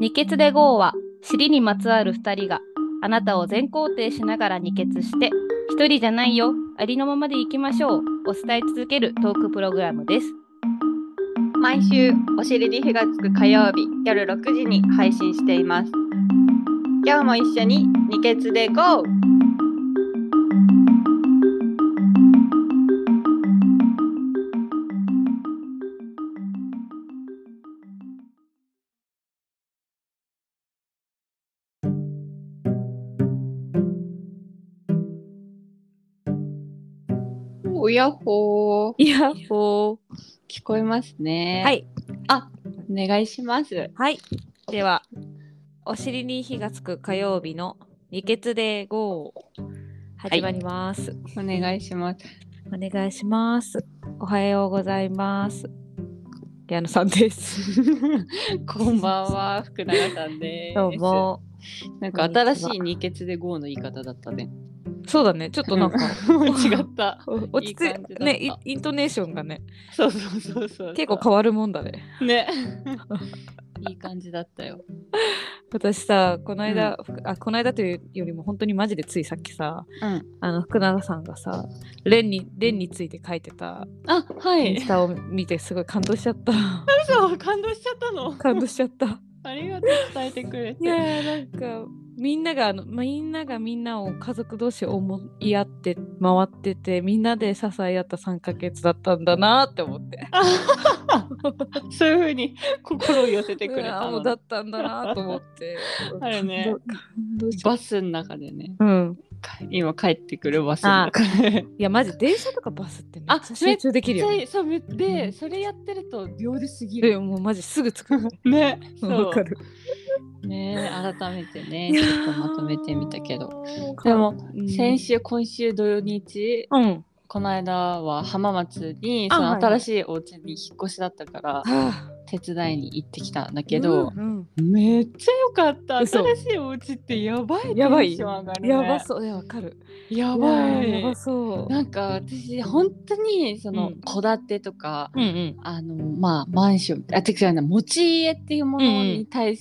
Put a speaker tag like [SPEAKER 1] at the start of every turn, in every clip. [SPEAKER 1] 二血で GO は尻にまつわる2人があなたを全肯定しながら二血して一人じゃないよありのままでいきましょうを伝え続けるトークプログラムです
[SPEAKER 2] 毎週お尻に火がつく火曜日夜6時に配信しています今日も一緒に二血で GO! おやほー
[SPEAKER 1] いやほ
[SPEAKER 2] 聞こえますね
[SPEAKER 1] はい
[SPEAKER 2] お願いします
[SPEAKER 1] はいではお尻に火がつく火曜日の二血で GO 始まります、
[SPEAKER 2] お願いします
[SPEAKER 1] お願いしますおはようございます矢野さんです
[SPEAKER 2] こんばんは、福永さんで す。
[SPEAKER 1] どうも
[SPEAKER 2] なんか新しい二血で GO の言い方だったね。
[SPEAKER 1] そうだねちょっと なんか
[SPEAKER 2] 違った。
[SPEAKER 1] 落ち着い
[SPEAKER 2] いい感じだった
[SPEAKER 1] ねイイントネーションがね
[SPEAKER 2] そうそうそうそう。
[SPEAKER 1] 結構変わるもんだね
[SPEAKER 2] ね。いい感じだったよ。
[SPEAKER 1] 私さこの間、ふくあこの間というよりも本当にマジでついさっきさ
[SPEAKER 2] うん。
[SPEAKER 1] あの福永さんがさ蓮に蓮について書いてた
[SPEAKER 2] あ、は
[SPEAKER 1] イン
[SPEAKER 2] い
[SPEAKER 1] ス。タを見てすごい感動しちゃった
[SPEAKER 2] そう、感動しちゃったの。
[SPEAKER 1] 感動しちゃった
[SPEAKER 2] ありがとう、伝えてくれ
[SPEAKER 1] い
[SPEAKER 2] て。
[SPEAKER 1] やーなんかみんながあのみんながみんなを家族同士思い合って回っててみんなで支え合った3ヶ月だったんだなーって思って
[SPEAKER 2] そういう風に心を寄せてくれ
[SPEAKER 1] うわ
[SPEAKER 2] た
[SPEAKER 1] ーも
[SPEAKER 2] の
[SPEAKER 1] う。だったんだなーと思って
[SPEAKER 2] あるね
[SPEAKER 1] 感動感動しちゃっ
[SPEAKER 2] バスの中でね、
[SPEAKER 1] たうん
[SPEAKER 2] か今帰ってくるバスの中で。
[SPEAKER 1] いやマジ電車とかバスってめっ
[SPEAKER 2] あ
[SPEAKER 1] ちゃ集中できる よね。
[SPEAKER 2] そうめで、それやってると秒ですぎ
[SPEAKER 1] で
[SPEAKER 2] る。
[SPEAKER 1] もうマジすぐ着くよね。
[SPEAKER 2] ね。そう
[SPEAKER 1] わかる。
[SPEAKER 2] ね改めてね
[SPEAKER 1] い
[SPEAKER 2] ち
[SPEAKER 1] や
[SPEAKER 2] ょ
[SPEAKER 1] ー
[SPEAKER 2] っとまとめてみたけどでも
[SPEAKER 1] うん
[SPEAKER 2] 先週今週土日
[SPEAKER 1] うん。
[SPEAKER 2] この間は浜松に
[SPEAKER 1] あ
[SPEAKER 2] その
[SPEAKER 1] はい
[SPEAKER 2] 新しいお家に引っ越しだったから
[SPEAKER 1] は
[SPEAKER 2] 手伝いに行ってきたんだ
[SPEAKER 1] あ
[SPEAKER 2] けど、
[SPEAKER 1] うん
[SPEAKER 2] めっちゃ良かった
[SPEAKER 1] 嘘
[SPEAKER 2] 新しいお家ってやばいテンシ
[SPEAKER 1] やばい
[SPEAKER 2] ョン上がる、
[SPEAKER 1] うん
[SPEAKER 2] ね、
[SPEAKER 1] やばそういやわかる。
[SPEAKER 2] やば
[SPEAKER 1] やば
[SPEAKER 2] い
[SPEAKER 1] そう。
[SPEAKER 2] なんか私本当にそ
[SPEAKER 1] う
[SPEAKER 2] の
[SPEAKER 1] ん
[SPEAKER 2] 戸建てとか、
[SPEAKER 1] うんうん。
[SPEAKER 2] あのまあマンションあてか持ち家っていうものに対し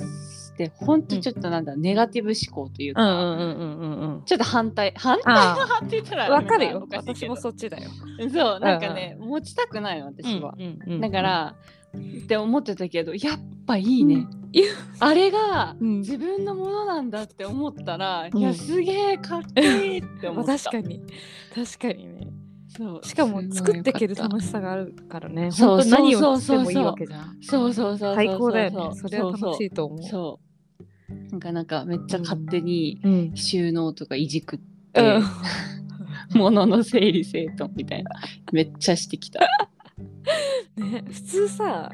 [SPEAKER 2] て、本当ちょっとなんだ、ネガティブ思考という
[SPEAKER 1] う
[SPEAKER 2] か、
[SPEAKER 1] んうんうんうんうんうん。
[SPEAKER 2] ちょっと反対反対
[SPEAKER 1] あ
[SPEAKER 2] 派って言ったら
[SPEAKER 1] あわかる
[SPEAKER 2] なん
[SPEAKER 1] よ
[SPEAKER 2] お。しい
[SPEAKER 1] 私
[SPEAKER 2] けど
[SPEAKER 1] もそっちだよ。
[SPEAKER 2] そうなんかね、持ちたくないの私は、
[SPEAKER 1] うんうんうん
[SPEAKER 2] だからって思ってたけどやっぱいいね、
[SPEAKER 1] いや
[SPEAKER 2] あれが
[SPEAKER 1] うん
[SPEAKER 2] 自分のものなんだって思ったら、
[SPEAKER 1] うん
[SPEAKER 2] いやすげえかっこいいって
[SPEAKER 1] ま
[SPEAKER 2] 思
[SPEAKER 1] あ
[SPEAKER 2] った
[SPEAKER 1] 確かに確かにね。
[SPEAKER 2] そう
[SPEAKER 1] しかも
[SPEAKER 2] すごい
[SPEAKER 1] 作っていける
[SPEAKER 2] よかっ
[SPEAKER 1] 楽しさがあるからね。
[SPEAKER 2] そ
[SPEAKER 1] 本
[SPEAKER 2] う
[SPEAKER 1] 当何
[SPEAKER 2] そ
[SPEAKER 1] を
[SPEAKER 2] う
[SPEAKER 1] して
[SPEAKER 2] そうそう
[SPEAKER 1] もいいわけじゃん。
[SPEAKER 2] たそうそうそうそう
[SPEAKER 1] 最高だよね。それは
[SPEAKER 2] そう
[SPEAKER 1] 楽しいと思う。
[SPEAKER 2] そうなんかなんかめっちゃ勝手に
[SPEAKER 1] うん。
[SPEAKER 2] 収納とかいじくって、
[SPEAKER 1] うん。
[SPEAKER 2] 物の整理整頓みたいなめっちゃして きた
[SPEAKER 1] ね普通さ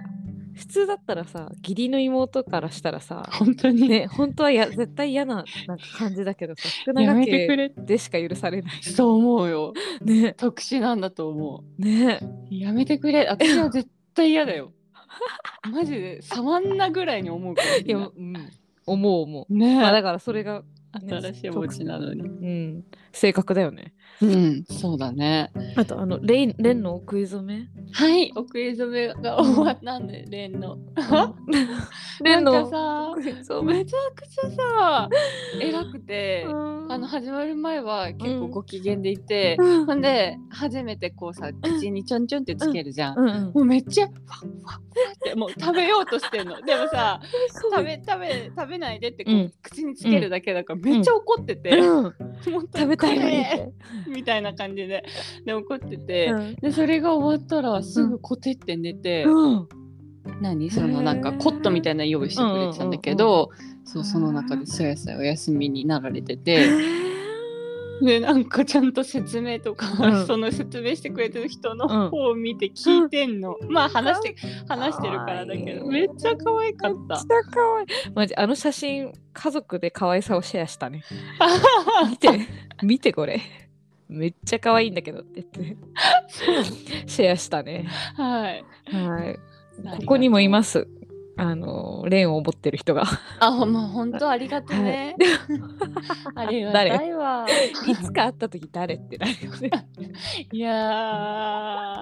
[SPEAKER 1] 普通だったらさ義理の妹からしたらさ
[SPEAKER 2] 本当に
[SPEAKER 1] ね本当はや絶対嫌ななんか感じだけどさ福
[SPEAKER 2] や
[SPEAKER 1] 永
[SPEAKER 2] めてく
[SPEAKER 1] 家
[SPEAKER 2] れ
[SPEAKER 1] でしか許されない
[SPEAKER 2] そう思うよ
[SPEAKER 1] ね
[SPEAKER 2] 特殊なんだと思
[SPEAKER 1] ね
[SPEAKER 2] うやめてくれ私は絶対嫌 だよマジで触んなぐらいに思うから
[SPEAKER 1] いや、うん、思う思う、
[SPEAKER 2] ねえ、
[SPEAKER 1] まあ、だからそれが、ね
[SPEAKER 2] 新しいお家なのに
[SPEAKER 1] うん、性格だよね
[SPEAKER 2] うんそうだね
[SPEAKER 1] あとあのレイレンのお食い初め
[SPEAKER 2] はいお食い初めが終わったんでレンの
[SPEAKER 1] レンの
[SPEAKER 2] なんか
[SPEAKER 1] お食い初
[SPEAKER 2] さ
[SPEAKER 1] め、
[SPEAKER 2] めちゃくちゃさ偉くて
[SPEAKER 1] うん
[SPEAKER 2] あの始まる前は結構ご機嫌でいて、
[SPEAKER 1] うん
[SPEAKER 2] ほんで初めてこうさ口にちょんちょんってつけるじゃん、
[SPEAKER 1] うんうん
[SPEAKER 2] もうめっちゃふわふわふわってもう食べようとし てんのでもさ食べ食べ食べないでってこう、
[SPEAKER 1] うん
[SPEAKER 2] 口につけるだけだからめっちゃ怒ってて、
[SPEAKER 1] うん
[SPEAKER 2] もう
[SPEAKER 1] 食べたいのにっ
[SPEAKER 2] 食
[SPEAKER 1] て
[SPEAKER 2] べみたいな感じでで怒ってて、
[SPEAKER 1] うん
[SPEAKER 2] でそれが終わったらすぐコテって寝て、
[SPEAKER 1] うん
[SPEAKER 2] 何そのなんかコットみたいなの用意してくれてたんだけど、そうその中でそやそやお休みになられてて。でなんかちゃんと説明とか、
[SPEAKER 1] うん
[SPEAKER 2] その説明してくれてる人
[SPEAKER 1] うん
[SPEAKER 2] の方を見て聞いてんの、まあ話して話してるからだけど
[SPEAKER 1] かわい
[SPEAKER 2] め
[SPEAKER 1] い
[SPEAKER 2] っちゃ可愛かっ
[SPEAKER 1] めったちゃ可愛い。マジあの写真家族で可愛さをシェアしたね。 見て見てこれ。めっちゃ可愛いんだけどって言 ってシェアしたね。
[SPEAKER 2] はい
[SPEAKER 1] はい。 ここにもいます。あのレンを持ってる人が
[SPEAKER 2] あほまあ本当ありがとねありがた いわ
[SPEAKER 1] いつか会った時誰ってなるよね。
[SPEAKER 2] いやー
[SPEAKER 1] あ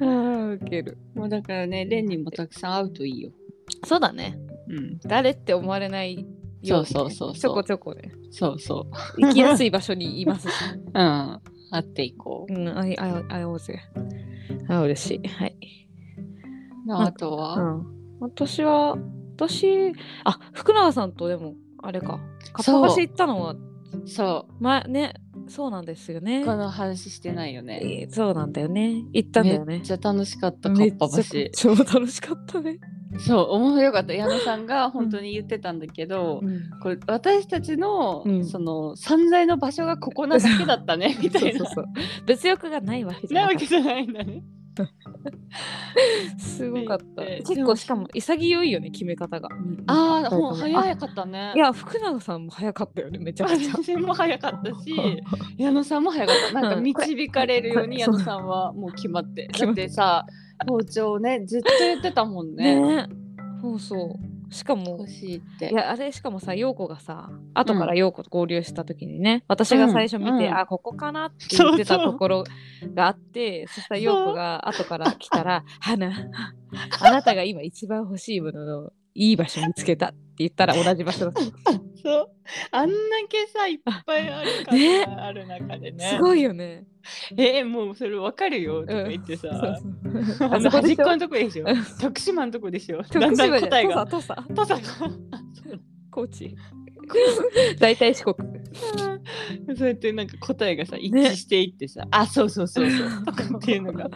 [SPEAKER 1] ーウケる。
[SPEAKER 2] もうだからねレンにもたくさん会うといいよ
[SPEAKER 1] そうだね。
[SPEAKER 2] ううん、
[SPEAKER 1] 誰って思われないようにね
[SPEAKER 2] そうそうそうそう
[SPEAKER 1] ちょこちょこね
[SPEAKER 2] そうそう。
[SPEAKER 1] 行きやすい場所にいますし、
[SPEAKER 2] うん。会っていこ
[SPEAKER 1] うん、あいあ会おうぜあ嬉しいはい、
[SPEAKER 2] う。あとは、
[SPEAKER 1] うん、私は私あ福永さんとでもあれかかっぱ
[SPEAKER 2] そう
[SPEAKER 1] 橋行ったのは
[SPEAKER 2] そ
[SPEAKER 1] 前ねそうなんですよね
[SPEAKER 2] う。この話してないよね。
[SPEAKER 1] えーそうなんだよね行ったんだよ
[SPEAKER 2] めっ
[SPEAKER 1] ね
[SPEAKER 2] ちゃ楽しかった、かっぱ
[SPEAKER 1] めっ
[SPEAKER 2] 橋。
[SPEAKER 1] ちゃ超楽しかったね、
[SPEAKER 2] そう、面白かった。矢野さんが本当に言ってたんだけど、これ私たちの、
[SPEAKER 1] うん
[SPEAKER 2] その散財の場所がここなだけだった ねみたいな。
[SPEAKER 1] そうそうそう物欲がないわけじ
[SPEAKER 2] な
[SPEAKER 1] ゃ
[SPEAKER 2] わ
[SPEAKER 1] な
[SPEAKER 2] け
[SPEAKER 1] い
[SPEAKER 2] じゃないんだね。
[SPEAKER 1] すごかった
[SPEAKER 2] で
[SPEAKER 1] 結構しかも潔いよね決め方が
[SPEAKER 2] ああ、
[SPEAKER 1] うん
[SPEAKER 2] もう早かったね。
[SPEAKER 1] いや福永さんも早かったよねめちゃくちゃ
[SPEAKER 2] 私も早かった し、矢野さんも早かった。なんか
[SPEAKER 1] うん
[SPEAKER 2] 導かれるように
[SPEAKER 1] これ
[SPEAKER 2] 矢野さんはもう決まって。
[SPEAKER 1] 決
[SPEAKER 2] だ
[SPEAKER 1] ま
[SPEAKER 2] っ
[SPEAKER 1] って
[SPEAKER 2] てさ、包丁をね、ずっと言ってたもんね。
[SPEAKER 1] ねそうそうしかも
[SPEAKER 2] 欲しいって。
[SPEAKER 1] いやあれしかもさ陽子がさ後から陽子と合流した時にね、私が最初見て、
[SPEAKER 2] うん
[SPEAKER 1] あここかなって言ってた
[SPEAKER 2] そうそう
[SPEAKER 1] ところがあって そしたら陽子が後から来たら「花あなたが今一番欲しいもののいい場所見つけた」って言ったら同じ場所だった、
[SPEAKER 2] そう。あんだけさ、いっぱいあるから、
[SPEAKER 1] ね
[SPEAKER 2] ある中でね。
[SPEAKER 1] すごいよね。
[SPEAKER 2] えーもうそれわかるよとか言ってさ。
[SPEAKER 1] そうそう
[SPEAKER 2] あの
[SPEAKER 1] あそこで
[SPEAKER 2] 端っ
[SPEAKER 1] しょ
[SPEAKER 2] このとこでしょ
[SPEAKER 1] うん
[SPEAKER 2] 徳島のとこでしょだん
[SPEAKER 1] 徳
[SPEAKER 2] だ
[SPEAKER 1] 島
[SPEAKER 2] ん
[SPEAKER 1] じゃ
[SPEAKER 2] 答え
[SPEAKER 1] ん
[SPEAKER 2] が
[SPEAKER 1] 土佐土佐
[SPEAKER 2] パサが
[SPEAKER 1] 高知大体四国
[SPEAKER 2] そうやってなんか答えがさ一致していってさ、あそうそうそうそうとかっていうのが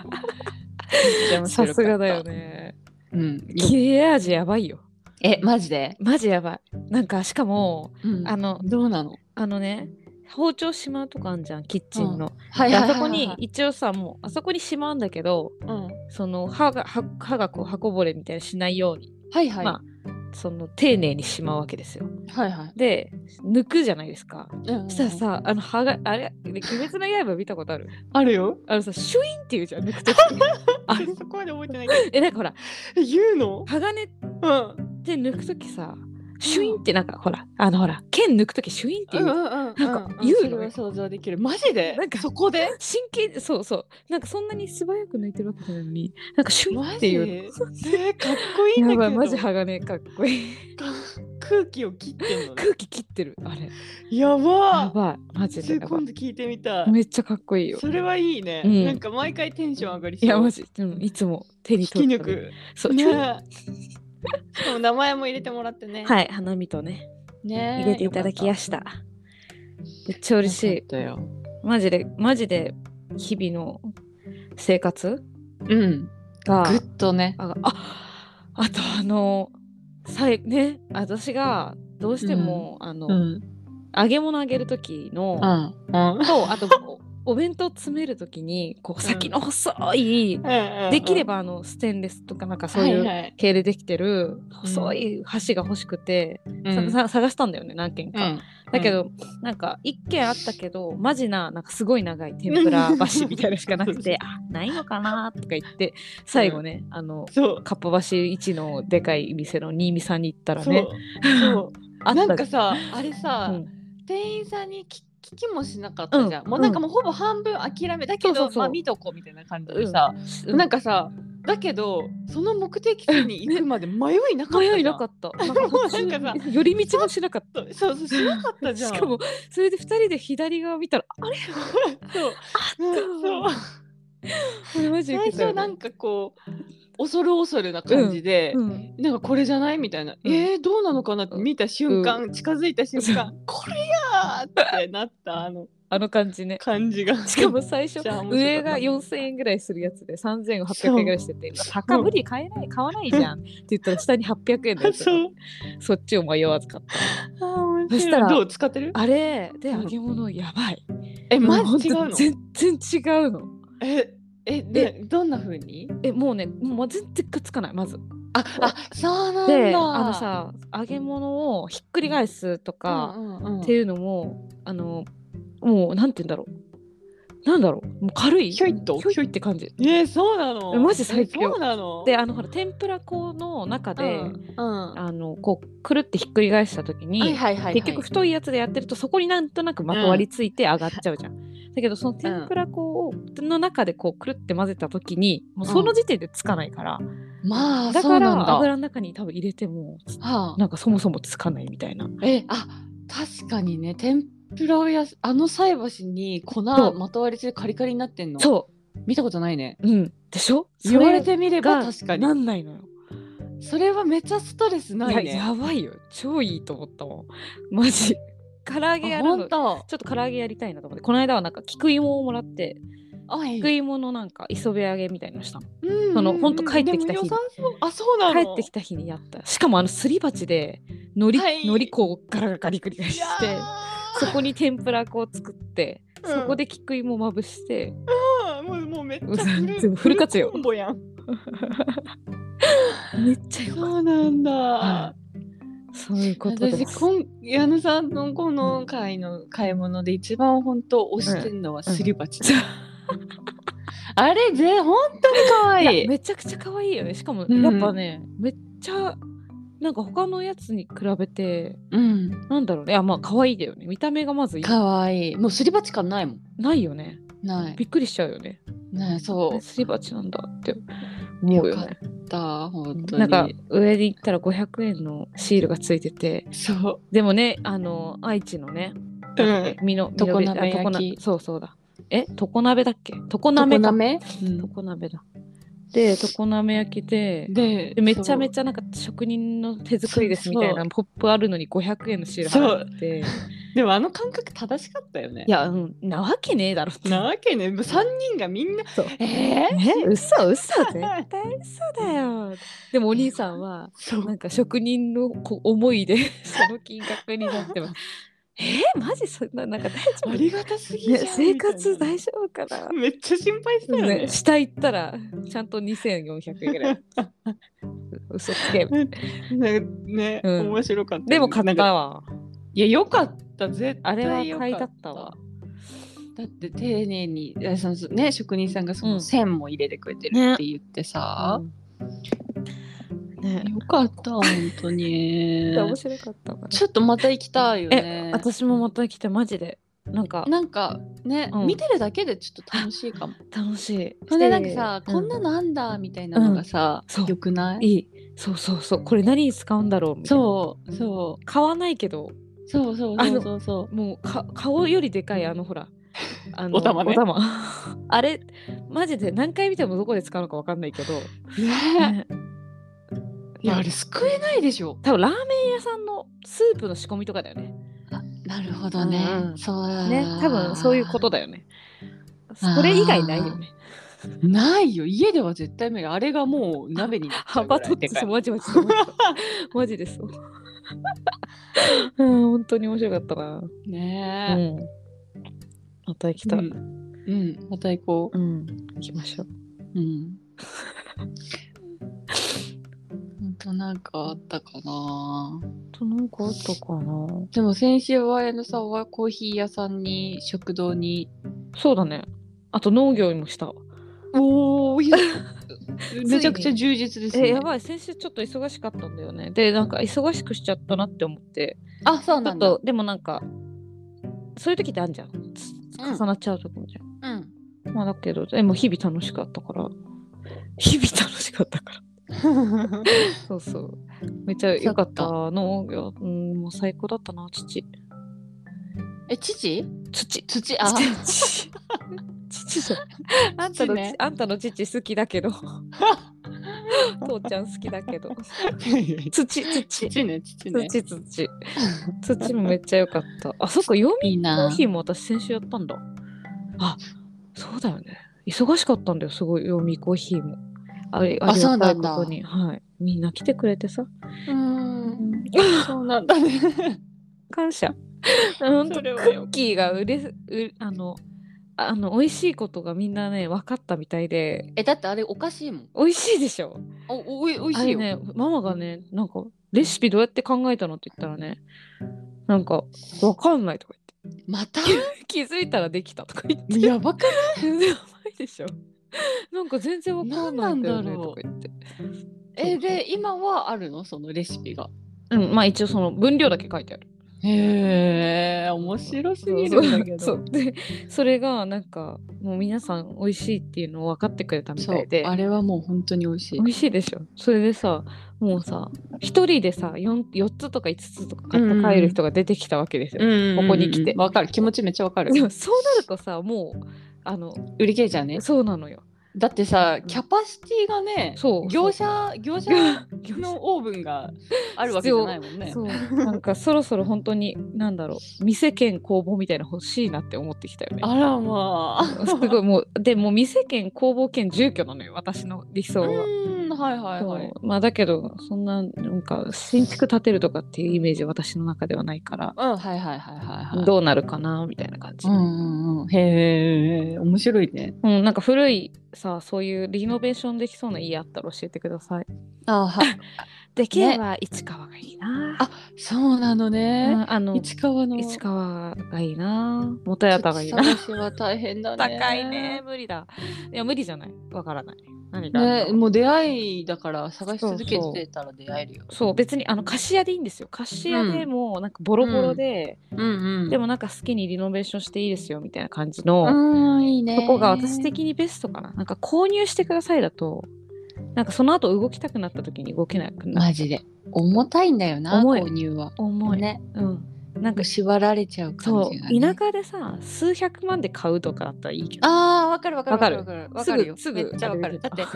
[SPEAKER 1] さすがだよ
[SPEAKER 2] ね、
[SPEAKER 1] ね
[SPEAKER 2] うん、
[SPEAKER 1] 切れ味やばいよ
[SPEAKER 2] えマジで、
[SPEAKER 1] マジやばいなんかしかも
[SPEAKER 2] うん
[SPEAKER 1] あの
[SPEAKER 2] どうなの
[SPEAKER 1] あのね包丁しまうとこあんじゃんキッチンの、
[SPEAKER 2] は
[SPEAKER 1] であそこに一応さもうあそこにしまうんだけど
[SPEAKER 2] うん、
[SPEAKER 1] その歯が歯歯がこう歯こぼれみたいにしないように、
[SPEAKER 2] はいはい、
[SPEAKER 1] まあその丁寧にしまうわけですよ
[SPEAKER 2] はいはい、
[SPEAKER 1] で抜くじゃないですか
[SPEAKER 2] うんうんうん
[SPEAKER 1] そしたらさあの歯があれ「で鬼滅の刃」見たことある
[SPEAKER 2] あるよ
[SPEAKER 1] あのさシュインっていうじゃん抜くときあれ
[SPEAKER 2] そこまで覚えてないけど
[SPEAKER 1] えなんかほら
[SPEAKER 2] え言うの
[SPEAKER 1] 鋼っ
[SPEAKER 2] うん
[SPEAKER 1] て抜くときさシュインってなんかほらあのほら剣抜くときシュインっていう、
[SPEAKER 2] な
[SPEAKER 1] なん
[SPEAKER 2] ん
[SPEAKER 1] か言うの
[SPEAKER 2] それは想像できるマジで
[SPEAKER 1] なんか
[SPEAKER 2] そこで
[SPEAKER 1] 真剣そうそうなんかそんなに素早く抜いてるわけじゃないのになんかシュインっていう
[SPEAKER 2] マジえかっこいいんだ
[SPEAKER 1] や
[SPEAKER 2] けど
[SPEAKER 1] ばいマジ鋼かっこいい
[SPEAKER 2] 空気を切ってんの ね
[SPEAKER 1] 空気切ってるあれ
[SPEAKER 2] やば
[SPEAKER 1] やばいマジで
[SPEAKER 2] ちょ
[SPEAKER 1] やば
[SPEAKER 2] 今度聞いてみた
[SPEAKER 1] い
[SPEAKER 2] い。
[SPEAKER 1] めっちゃかっこいいよ
[SPEAKER 2] それはいいね、
[SPEAKER 1] うん
[SPEAKER 2] なんか毎回テンション上がりそ。
[SPEAKER 1] いうやマジでもいつも手に
[SPEAKER 2] 引き
[SPEAKER 1] 取って
[SPEAKER 2] 抜く。
[SPEAKER 1] そう、
[SPEAKER 2] ね
[SPEAKER 1] ちょい
[SPEAKER 2] しかも名前も入れてもらってね。
[SPEAKER 1] はい花見とね
[SPEAKER 2] ね
[SPEAKER 1] 入れていただきや
[SPEAKER 2] し
[SPEAKER 1] しためっちゃ嬉しい
[SPEAKER 2] い。よ
[SPEAKER 1] マジでマジで日々の生活
[SPEAKER 2] うん。
[SPEAKER 1] が
[SPEAKER 2] ぐっとね。
[SPEAKER 1] あああとあのさいね私がどうしても、あの、
[SPEAKER 2] うん。
[SPEAKER 1] 揚げ物あげる時の、
[SPEAKER 2] うん。うん。
[SPEAKER 1] とあとおお弁当詰める時にこう先の細い、できればあのステンレスとかなんかそうい
[SPEAKER 2] は
[SPEAKER 1] う
[SPEAKER 2] いはい
[SPEAKER 1] 系でできてる細い箸が欲しくて、
[SPEAKER 2] う
[SPEAKER 1] さ
[SPEAKER 2] ん
[SPEAKER 1] さ探したんだよね何軒か、だけど、なんか1軒あったけどマジななんかすごい長い天ぷら箸みたいなのしかな くてあないのかなとか言って最後ね、あの
[SPEAKER 2] そう。
[SPEAKER 1] かっぱ橋1のでかい店の新見さんに行ったら
[SPEAKER 2] そう
[SPEAKER 1] ね。
[SPEAKER 2] そう。
[SPEAKER 1] あった
[SPEAKER 2] なんかさ、あれさ、
[SPEAKER 1] うん
[SPEAKER 2] 店員さんに聞聞きもしなかったじゃん。
[SPEAKER 1] うん
[SPEAKER 2] もうなんかもうほぼ半分諦めだけど、
[SPEAKER 1] そうそうそう
[SPEAKER 2] まあ見とこうみたいな感じでさ、
[SPEAKER 1] うん
[SPEAKER 2] なんかさだけどその目的地に行くまで迷いなかったじゃん
[SPEAKER 1] 迷いなかった。 なんか普通に
[SPEAKER 2] なんか
[SPEAKER 1] 寄り道もしなかっ
[SPEAKER 2] そうそうそうしなかった
[SPEAKER 1] た。
[SPEAKER 2] じゃ
[SPEAKER 1] し
[SPEAKER 2] ん
[SPEAKER 1] かもそれで二人で左側見たらあれ
[SPEAKER 2] そうそう
[SPEAKER 1] これマジで
[SPEAKER 2] 最
[SPEAKER 1] ウケたよね
[SPEAKER 2] 初なんかこう恐る恐るな感じで、
[SPEAKER 1] うん
[SPEAKER 2] なんかこれじゃないみたいな、
[SPEAKER 1] うん
[SPEAKER 2] えー、どうなのかなって見た瞬間、近づいた瞬間、これやーってなったあの
[SPEAKER 1] あの感じね。
[SPEAKER 2] 感じが
[SPEAKER 1] しかも最初
[SPEAKER 2] じゃあ面白かった
[SPEAKER 1] 上が4000円ぐらいするやつで3800円ぐらいしてて「高無理買えない買わないじゃん」って言ったら下に800円だ
[SPEAKER 2] そう
[SPEAKER 1] そっちを迷わず買った
[SPEAKER 2] あー面白い
[SPEAKER 1] そしたら
[SPEAKER 2] どう使ってる
[SPEAKER 1] あれで
[SPEAKER 2] う
[SPEAKER 1] 揚
[SPEAKER 2] ん
[SPEAKER 1] げ物やばい
[SPEAKER 2] えマ
[SPEAKER 1] もう
[SPEAKER 2] ジ違う
[SPEAKER 1] ほん
[SPEAKER 2] の
[SPEAKER 1] と全然違うの
[SPEAKER 2] ええでどんな風に
[SPEAKER 1] えもうねもう全然くっつかないまず
[SPEAKER 2] ああそうなんだ
[SPEAKER 1] であのさ揚げ物をひっくり返すとか、
[SPEAKER 2] うんうんうん
[SPEAKER 1] っていうのもあのもうなんて言うんだろうなんだろうもう軽い
[SPEAKER 2] ひょいっと
[SPEAKER 1] ひょいって感じ
[SPEAKER 2] えー、そうなの
[SPEAKER 1] えマジ最強
[SPEAKER 2] えそうなの
[SPEAKER 1] であのほら天ぷら粉の中で、
[SPEAKER 2] うんうん
[SPEAKER 1] あのこうくるってひっくり返した時に、
[SPEAKER 2] はいはいはいはい
[SPEAKER 1] 結局太いやつでやってるとそこになんとなくまとわりついて上がっちゃうじゃん、だだけどその天ぷら粉を、の中でこうくるって混ぜた時にもうその時点でつかないから、
[SPEAKER 2] まあ
[SPEAKER 1] だ
[SPEAKER 2] そ
[SPEAKER 1] か
[SPEAKER 2] うなん
[SPEAKER 1] ら
[SPEAKER 2] だ。
[SPEAKER 1] 油の中に多分入れても
[SPEAKER 2] はあ、
[SPEAKER 1] なんかそもそもつかないみたいな
[SPEAKER 2] えあ確かにね天ぷらをやすあの菜箸に粉
[SPEAKER 1] そう
[SPEAKER 2] まとわりついてカリカリになってんの
[SPEAKER 1] そ
[SPEAKER 2] 見たことないね。
[SPEAKER 1] ううんでしょ
[SPEAKER 2] 言われてみれば
[SPEAKER 1] そ
[SPEAKER 2] 確か
[SPEAKER 1] れがな
[SPEAKER 2] に
[SPEAKER 1] んないのよ
[SPEAKER 2] それはめっちゃストレスない
[SPEAKER 1] いや
[SPEAKER 2] ね。
[SPEAKER 1] やばいよ超いいと思ったもんマジ唐揚げや
[SPEAKER 2] あ
[SPEAKER 1] る
[SPEAKER 2] 本
[SPEAKER 1] のちょ
[SPEAKER 2] 当
[SPEAKER 1] っと唐揚げやりたいなと思ってこの間はなんか菊芋をもらって
[SPEAKER 2] あい
[SPEAKER 1] 菊芋のなんか磯辺揚げみたいのしたの
[SPEAKER 2] うん
[SPEAKER 1] その
[SPEAKER 2] うん
[SPEAKER 1] ほんと帰ってきた日
[SPEAKER 2] でも良さそうあそうなの
[SPEAKER 1] 帰ってきた日にやったしかもあのすり鉢でのり、
[SPEAKER 2] はい
[SPEAKER 1] のり粉をガラガラガリガリガリ
[SPEAKER 2] いや
[SPEAKER 1] して
[SPEAKER 2] ー
[SPEAKER 1] そこに天ぷら粉を作って、
[SPEAKER 2] うん
[SPEAKER 1] そこで菊芋まぶして
[SPEAKER 2] あーもうもうめっち
[SPEAKER 1] う
[SPEAKER 2] ゃ
[SPEAKER 1] ざ
[SPEAKER 2] フ
[SPEAKER 1] 全
[SPEAKER 2] ル
[SPEAKER 1] 部フル活用
[SPEAKER 2] コンボやん。
[SPEAKER 1] めっちゃよかっ
[SPEAKER 2] そうなん
[SPEAKER 1] た、は
[SPEAKER 2] だ。
[SPEAKER 1] いそういうことで
[SPEAKER 2] 私
[SPEAKER 1] す
[SPEAKER 2] こん矢野さんのこの回の買い物で一番本当推してんのはすり鉢、
[SPEAKER 1] うんうん
[SPEAKER 2] あれぜ本当に可愛い
[SPEAKER 1] いやめちゃくちゃ可愛いよねしかも
[SPEAKER 2] うん
[SPEAKER 1] やっぱね、めっちゃなんか他のやつに比べて
[SPEAKER 2] うん
[SPEAKER 1] なんだろうねいやまあ可愛いだよね見た目がまずいい
[SPEAKER 2] 可愛いもうすり鉢感ないもん
[SPEAKER 1] ないよね
[SPEAKER 2] ない
[SPEAKER 1] びっくりしちゃうよね
[SPEAKER 2] ないそ
[SPEAKER 1] すり鉢なんだって
[SPEAKER 2] う
[SPEAKER 1] 思う
[SPEAKER 2] よ
[SPEAKER 1] よ
[SPEAKER 2] かっ
[SPEAKER 1] ね
[SPEAKER 2] た本当に
[SPEAKER 1] なんか上に行ったら500円のシールがついてて
[SPEAKER 2] そう
[SPEAKER 1] でもねあの愛知のね
[SPEAKER 2] うん
[SPEAKER 1] みの
[SPEAKER 2] 常
[SPEAKER 1] みのべ
[SPEAKER 2] 鍋焼き
[SPEAKER 1] あ常なそうそうだえ常鍋だっけ常
[SPEAKER 2] な
[SPEAKER 1] 鍋
[SPEAKER 2] め
[SPEAKER 1] か
[SPEAKER 2] なめ、うん
[SPEAKER 1] 常鍋だで常鍋焼きで
[SPEAKER 2] で
[SPEAKER 1] でめちゃめ
[SPEAKER 2] ち
[SPEAKER 1] ちゃなんか職人の手作りです
[SPEAKER 2] そう
[SPEAKER 1] み
[SPEAKER 2] そう
[SPEAKER 1] たいなポップあるのに500円のシール
[SPEAKER 2] そう
[SPEAKER 1] 貼って
[SPEAKER 2] ゃでもあの感覚正しかったよね
[SPEAKER 1] いや、うん、なわけねえだろって
[SPEAKER 2] なわけねもう3人がみんな
[SPEAKER 1] そう
[SPEAKER 2] えー、
[SPEAKER 1] え 嘘嘘絶対嘘だよでもお兄さんは
[SPEAKER 2] そう
[SPEAKER 1] なんか職人のこ思いで その金額になってます えマジそんななんか大丈
[SPEAKER 2] あ
[SPEAKER 1] 夫
[SPEAKER 2] りがたすぎじゃん
[SPEAKER 1] ね生活
[SPEAKER 2] みたい
[SPEAKER 1] 大丈夫かな
[SPEAKER 2] なめっちゃ心配したよね
[SPEAKER 1] ね下行ったらちゃんと2400円ぐらい 嘘つけ
[SPEAKER 2] なんかね、
[SPEAKER 1] うん
[SPEAKER 2] 面白かった
[SPEAKER 1] でも買
[SPEAKER 2] な
[SPEAKER 1] っ
[SPEAKER 2] んか
[SPEAKER 1] たわ
[SPEAKER 2] いやよかった絶対
[SPEAKER 1] あれ
[SPEAKER 2] 良
[SPEAKER 1] は
[SPEAKER 2] か
[SPEAKER 1] 買いだったわ
[SPEAKER 2] だって丁寧にあそのね職人さんがそうの
[SPEAKER 1] ん
[SPEAKER 2] 線も入れてくれてるって言ってさ、
[SPEAKER 1] ね
[SPEAKER 2] よかった本当に
[SPEAKER 1] 面白かったな
[SPEAKER 2] ちょっとまた行きたいよ
[SPEAKER 1] え
[SPEAKER 2] ね
[SPEAKER 1] 私もまた来てマジでなんか
[SPEAKER 2] なんかね、
[SPEAKER 1] うん
[SPEAKER 2] 見てるだけでちょっと楽しいかも
[SPEAKER 1] 楽しい
[SPEAKER 2] ほんでなんかさ、
[SPEAKER 1] う
[SPEAKER 2] こんなのあんだみたいなのがさ、
[SPEAKER 1] うんそう
[SPEAKER 2] よくない
[SPEAKER 1] いいそうそうそうこれ何に使うんだろうみたいな
[SPEAKER 2] そうそう
[SPEAKER 1] 買わないけど
[SPEAKER 2] そうそう
[SPEAKER 1] あ
[SPEAKER 2] そう
[SPEAKER 1] の
[SPEAKER 2] そうそう
[SPEAKER 1] もうか顔よりでかいあのほらあの
[SPEAKER 2] お玉ね
[SPEAKER 1] あれマジで何回見てもどこで使うのかわかんないけど、
[SPEAKER 2] ね
[SPEAKER 1] ね
[SPEAKER 2] えいやあれ救えないでしょ
[SPEAKER 1] 多分ラーメン屋さんのスープの仕込みとかだよね
[SPEAKER 2] なるほどね、
[SPEAKER 1] うんうん
[SPEAKER 2] そうだ
[SPEAKER 1] ね多分そういうことだよねそれ以外ないよね
[SPEAKER 2] ないよ家では絶対無理あれがもう鍋になっちゃうぐ
[SPEAKER 1] 幅
[SPEAKER 2] らい
[SPEAKER 1] 取って
[SPEAKER 2] でかい
[SPEAKER 1] そうマジマジそうマジそうマジで そううん本当に面白かったなう
[SPEAKER 2] ね
[SPEAKER 1] ん。また行き
[SPEAKER 2] え、う
[SPEAKER 1] たい。
[SPEAKER 2] んうんまた行こ
[SPEAKER 1] うん。行きましょう。
[SPEAKER 2] ううん ほんとなんかあったかな
[SPEAKER 1] となんかあったかな。
[SPEAKER 2] でも先週は矢野さんはコーヒー屋さんに食堂に
[SPEAKER 1] そうだね。あと農業もした。
[SPEAKER 2] おお
[SPEAKER 1] に
[SPEAKER 2] めちゃくちゃ充実です
[SPEAKER 1] え、
[SPEAKER 2] ね
[SPEAKER 1] やばい。先週ちょっと忙しかったんだよね。で、なんか忙しくしちゃったなって思って。
[SPEAKER 2] あそう
[SPEAKER 1] ち
[SPEAKER 2] な
[SPEAKER 1] ょっ
[SPEAKER 2] んだ
[SPEAKER 1] と、でもなんか、そういう時ってあるじゃん。つ
[SPEAKER 2] うん
[SPEAKER 1] 重なっちゃうとこみたい
[SPEAKER 2] うん
[SPEAKER 1] な。まあだけど、でも日々楽しかったから。日々楽しかったから。そうそう。めっちゃ良かった。
[SPEAKER 2] そ
[SPEAKER 1] 農業、うん、もう最高だったな、父。
[SPEAKER 2] え父
[SPEAKER 1] 土。
[SPEAKER 2] 土あ
[SPEAKER 1] 父父じゃん あんたのち、
[SPEAKER 2] ね
[SPEAKER 1] あんたの父好きだけ ど父ちゃん好きだけど 土土
[SPEAKER 2] 父ね父ね
[SPEAKER 1] 土土土もめっちゃ良か ったあそっか読み
[SPEAKER 2] いい
[SPEAKER 1] コー
[SPEAKER 2] な
[SPEAKER 1] ヒーも私先週やったんだあそうだよね忙しかったんだよすごい読みコーヒーもあれ
[SPEAKER 2] あ
[SPEAKER 1] あり
[SPEAKER 2] そう
[SPEAKER 1] がた
[SPEAKER 2] ないん
[SPEAKER 1] こ
[SPEAKER 2] だ
[SPEAKER 1] とにはいみんな来てくれてさ
[SPEAKER 2] うーんそうなんだね。
[SPEAKER 1] 感 謝本当
[SPEAKER 2] そ
[SPEAKER 1] ク
[SPEAKER 2] れはよ
[SPEAKER 1] ッキーがうれうあのあの美味しいことがみんなね分かったみたいで
[SPEAKER 2] え、だってあれおかしいもん。
[SPEAKER 1] 美味しいでしょ
[SPEAKER 2] お、おい、おい
[SPEAKER 1] あ
[SPEAKER 2] しい
[SPEAKER 1] れね
[SPEAKER 2] よ。
[SPEAKER 1] ママがねなんかレシピどうやって考えたのって言ったらねなんかわかんないとか
[SPEAKER 2] また。
[SPEAKER 1] 言って気づいたらできたとか言って
[SPEAKER 2] やばくない。
[SPEAKER 1] 全然甘いでしょなんか全然わかんないんだよねとか言って
[SPEAKER 2] え、で、今はあるの、そのレシピが。
[SPEAKER 1] うんまあ一応その分量だけ書いてある
[SPEAKER 2] へえ面白すぎるんだけど
[SPEAKER 1] そうそうでそれがなんかもう皆さん美味しいっていうのを分かってくれたみた
[SPEAKER 2] そう
[SPEAKER 1] いで
[SPEAKER 2] あれはもう本当に美味しい
[SPEAKER 1] 美味しいでしょそれでさもうさ一人でさ 4, 4つとか5つとか買って帰る人が出てきたわけですよ、
[SPEAKER 2] こ
[SPEAKER 1] ここに来て
[SPEAKER 2] わかる気持ちめっちゃわかる
[SPEAKER 1] でもそうなるとさもうあの
[SPEAKER 2] 売り切れちゃうね
[SPEAKER 1] そうなのよ
[SPEAKER 2] だってさキャパシティがね
[SPEAKER 1] そう
[SPEAKER 2] 業者業者のオーブンがあるわけじゃないもんね
[SPEAKER 1] そうなんかそろそろ本当に何だろう店兼工房みたいなの欲しいなって思ってきたよね
[SPEAKER 2] あらまあ
[SPEAKER 1] すごいもうでもう店兼工房兼住居なのよ私の理想
[SPEAKER 2] う
[SPEAKER 1] は。
[SPEAKER 2] んはいはい
[SPEAKER 1] そう
[SPEAKER 2] はい
[SPEAKER 1] まあだけどそんななんか新築建てるとかっていうイメージ私の中ではないから
[SPEAKER 2] うんはいはいはいはいはい
[SPEAKER 1] どうなるかなみたいな感じ、
[SPEAKER 2] うんうんうんへえ面白いね
[SPEAKER 1] うん、なんか古いさそういうリノベーションできそうな家あったら教えてください
[SPEAKER 2] あはい
[SPEAKER 1] できれば市川がいいな、
[SPEAKER 2] あそうなのね
[SPEAKER 1] うんあの
[SPEAKER 2] 市川の
[SPEAKER 1] 市川がいいな元屋田がいいな
[SPEAKER 2] ちょっと探しは大変だ ね
[SPEAKER 1] 高いね無理だいや無理じゃないわからない何があるの
[SPEAKER 2] ね
[SPEAKER 1] か
[SPEAKER 2] もう出会いだから探し続けてたら出会えるよ
[SPEAKER 1] そう別にあの貸し屋でいいんですよ貸し屋でもなんかボロボロで、
[SPEAKER 2] うんうん
[SPEAKER 1] でもなんか好きにリノベーションしていいですよみたいな感じの、
[SPEAKER 2] うんいいね
[SPEAKER 1] そこが私的にベストかな。なんか購入してくださいだと、なんかその後動きたくなった時に動けなくなる。
[SPEAKER 2] マジで重たいんだよな
[SPEAKER 1] 重い
[SPEAKER 2] 購入は
[SPEAKER 1] 重い。
[SPEAKER 2] ね
[SPEAKER 1] うん。なんか、
[SPEAKER 2] 縛られちゃう感
[SPEAKER 1] そ
[SPEAKER 2] じが、
[SPEAKER 1] う、
[SPEAKER 2] ね、
[SPEAKER 1] 田舎でさ、数百万で買うとかだったらいいけど。
[SPEAKER 2] あーわかるわかる
[SPEAKER 1] わかる
[SPEAKER 2] わかるわ
[SPEAKER 1] わ
[SPEAKER 2] かるよ
[SPEAKER 1] すぐ、
[SPEAKER 2] めっちゃわかるだ
[SPEAKER 1] あ
[SPEAKER 2] っ
[SPEAKER 1] れ
[SPEAKER 2] て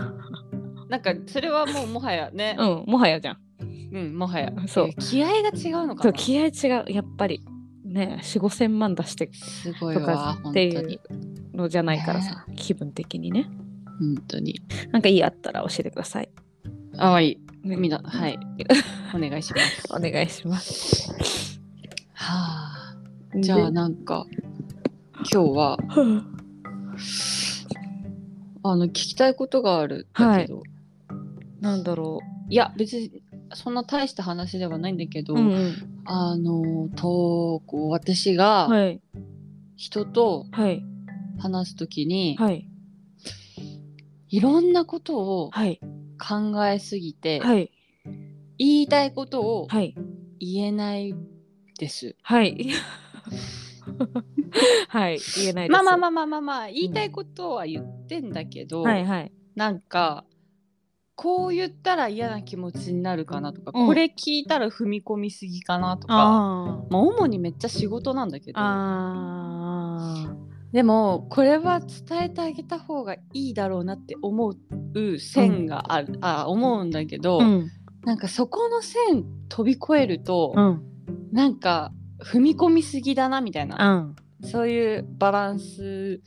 [SPEAKER 2] なんかそれはもうもはやね
[SPEAKER 1] うん、もはやじゃん。
[SPEAKER 2] うん、もはや
[SPEAKER 1] そう
[SPEAKER 2] え気合が違うのか
[SPEAKER 1] そう
[SPEAKER 2] な
[SPEAKER 1] 気合違う、やっぱり。ね、4、5千万出して
[SPEAKER 2] すごい
[SPEAKER 1] と
[SPEAKER 2] わ
[SPEAKER 1] か
[SPEAKER 2] 本
[SPEAKER 1] っ
[SPEAKER 2] 当
[SPEAKER 1] ていう
[SPEAKER 2] に
[SPEAKER 1] のじゃないからさ、気分的にね。
[SPEAKER 2] 本当に
[SPEAKER 1] なんかいいあったら教えてください。
[SPEAKER 2] あわい
[SPEAKER 1] ね
[SPEAKER 2] みんなはいお願いします
[SPEAKER 1] お願いします。
[SPEAKER 2] はあじゃあ
[SPEAKER 1] で、
[SPEAKER 2] なんか今日はあの聞きたいことがあるんだけど、
[SPEAKER 1] なんだろ
[SPEAKER 2] い、や別にそんな大した話ではないんだけど、
[SPEAKER 1] う。うんうん。
[SPEAKER 2] あのとこう私が
[SPEAKER 1] はい。
[SPEAKER 2] 人と
[SPEAKER 1] はい。
[SPEAKER 2] 話すときに、
[SPEAKER 1] はい。
[SPEAKER 2] い、ろんなことを
[SPEAKER 1] はい。
[SPEAKER 2] 考えすぎて、
[SPEAKER 1] はい。
[SPEAKER 2] 言いたいことを
[SPEAKER 1] はい。
[SPEAKER 2] 言えないです。
[SPEAKER 1] はい。 はい。言えないです。
[SPEAKER 2] まあまあまあまあまあまあ言いたいことは言ってんだけど、
[SPEAKER 1] はいはい。
[SPEAKER 2] なんかこう言ったら嫌な気持ちになるかなとか、
[SPEAKER 1] うん
[SPEAKER 2] これ聞いたら踏み込みすぎかなとか。
[SPEAKER 1] あ
[SPEAKER 2] まあ、主にめっちゃ仕事なんだけ
[SPEAKER 1] あ。
[SPEAKER 2] ど
[SPEAKER 1] ああ。
[SPEAKER 2] でもこれは伝えてあげた方がいいだろうなって思う線がある、あ思うんだけど、
[SPEAKER 1] うん。
[SPEAKER 2] なんかそこの線飛び越えると、
[SPEAKER 1] うん。
[SPEAKER 2] なんか踏み込みすぎだなみたいな、
[SPEAKER 1] ん。
[SPEAKER 2] そういうバランス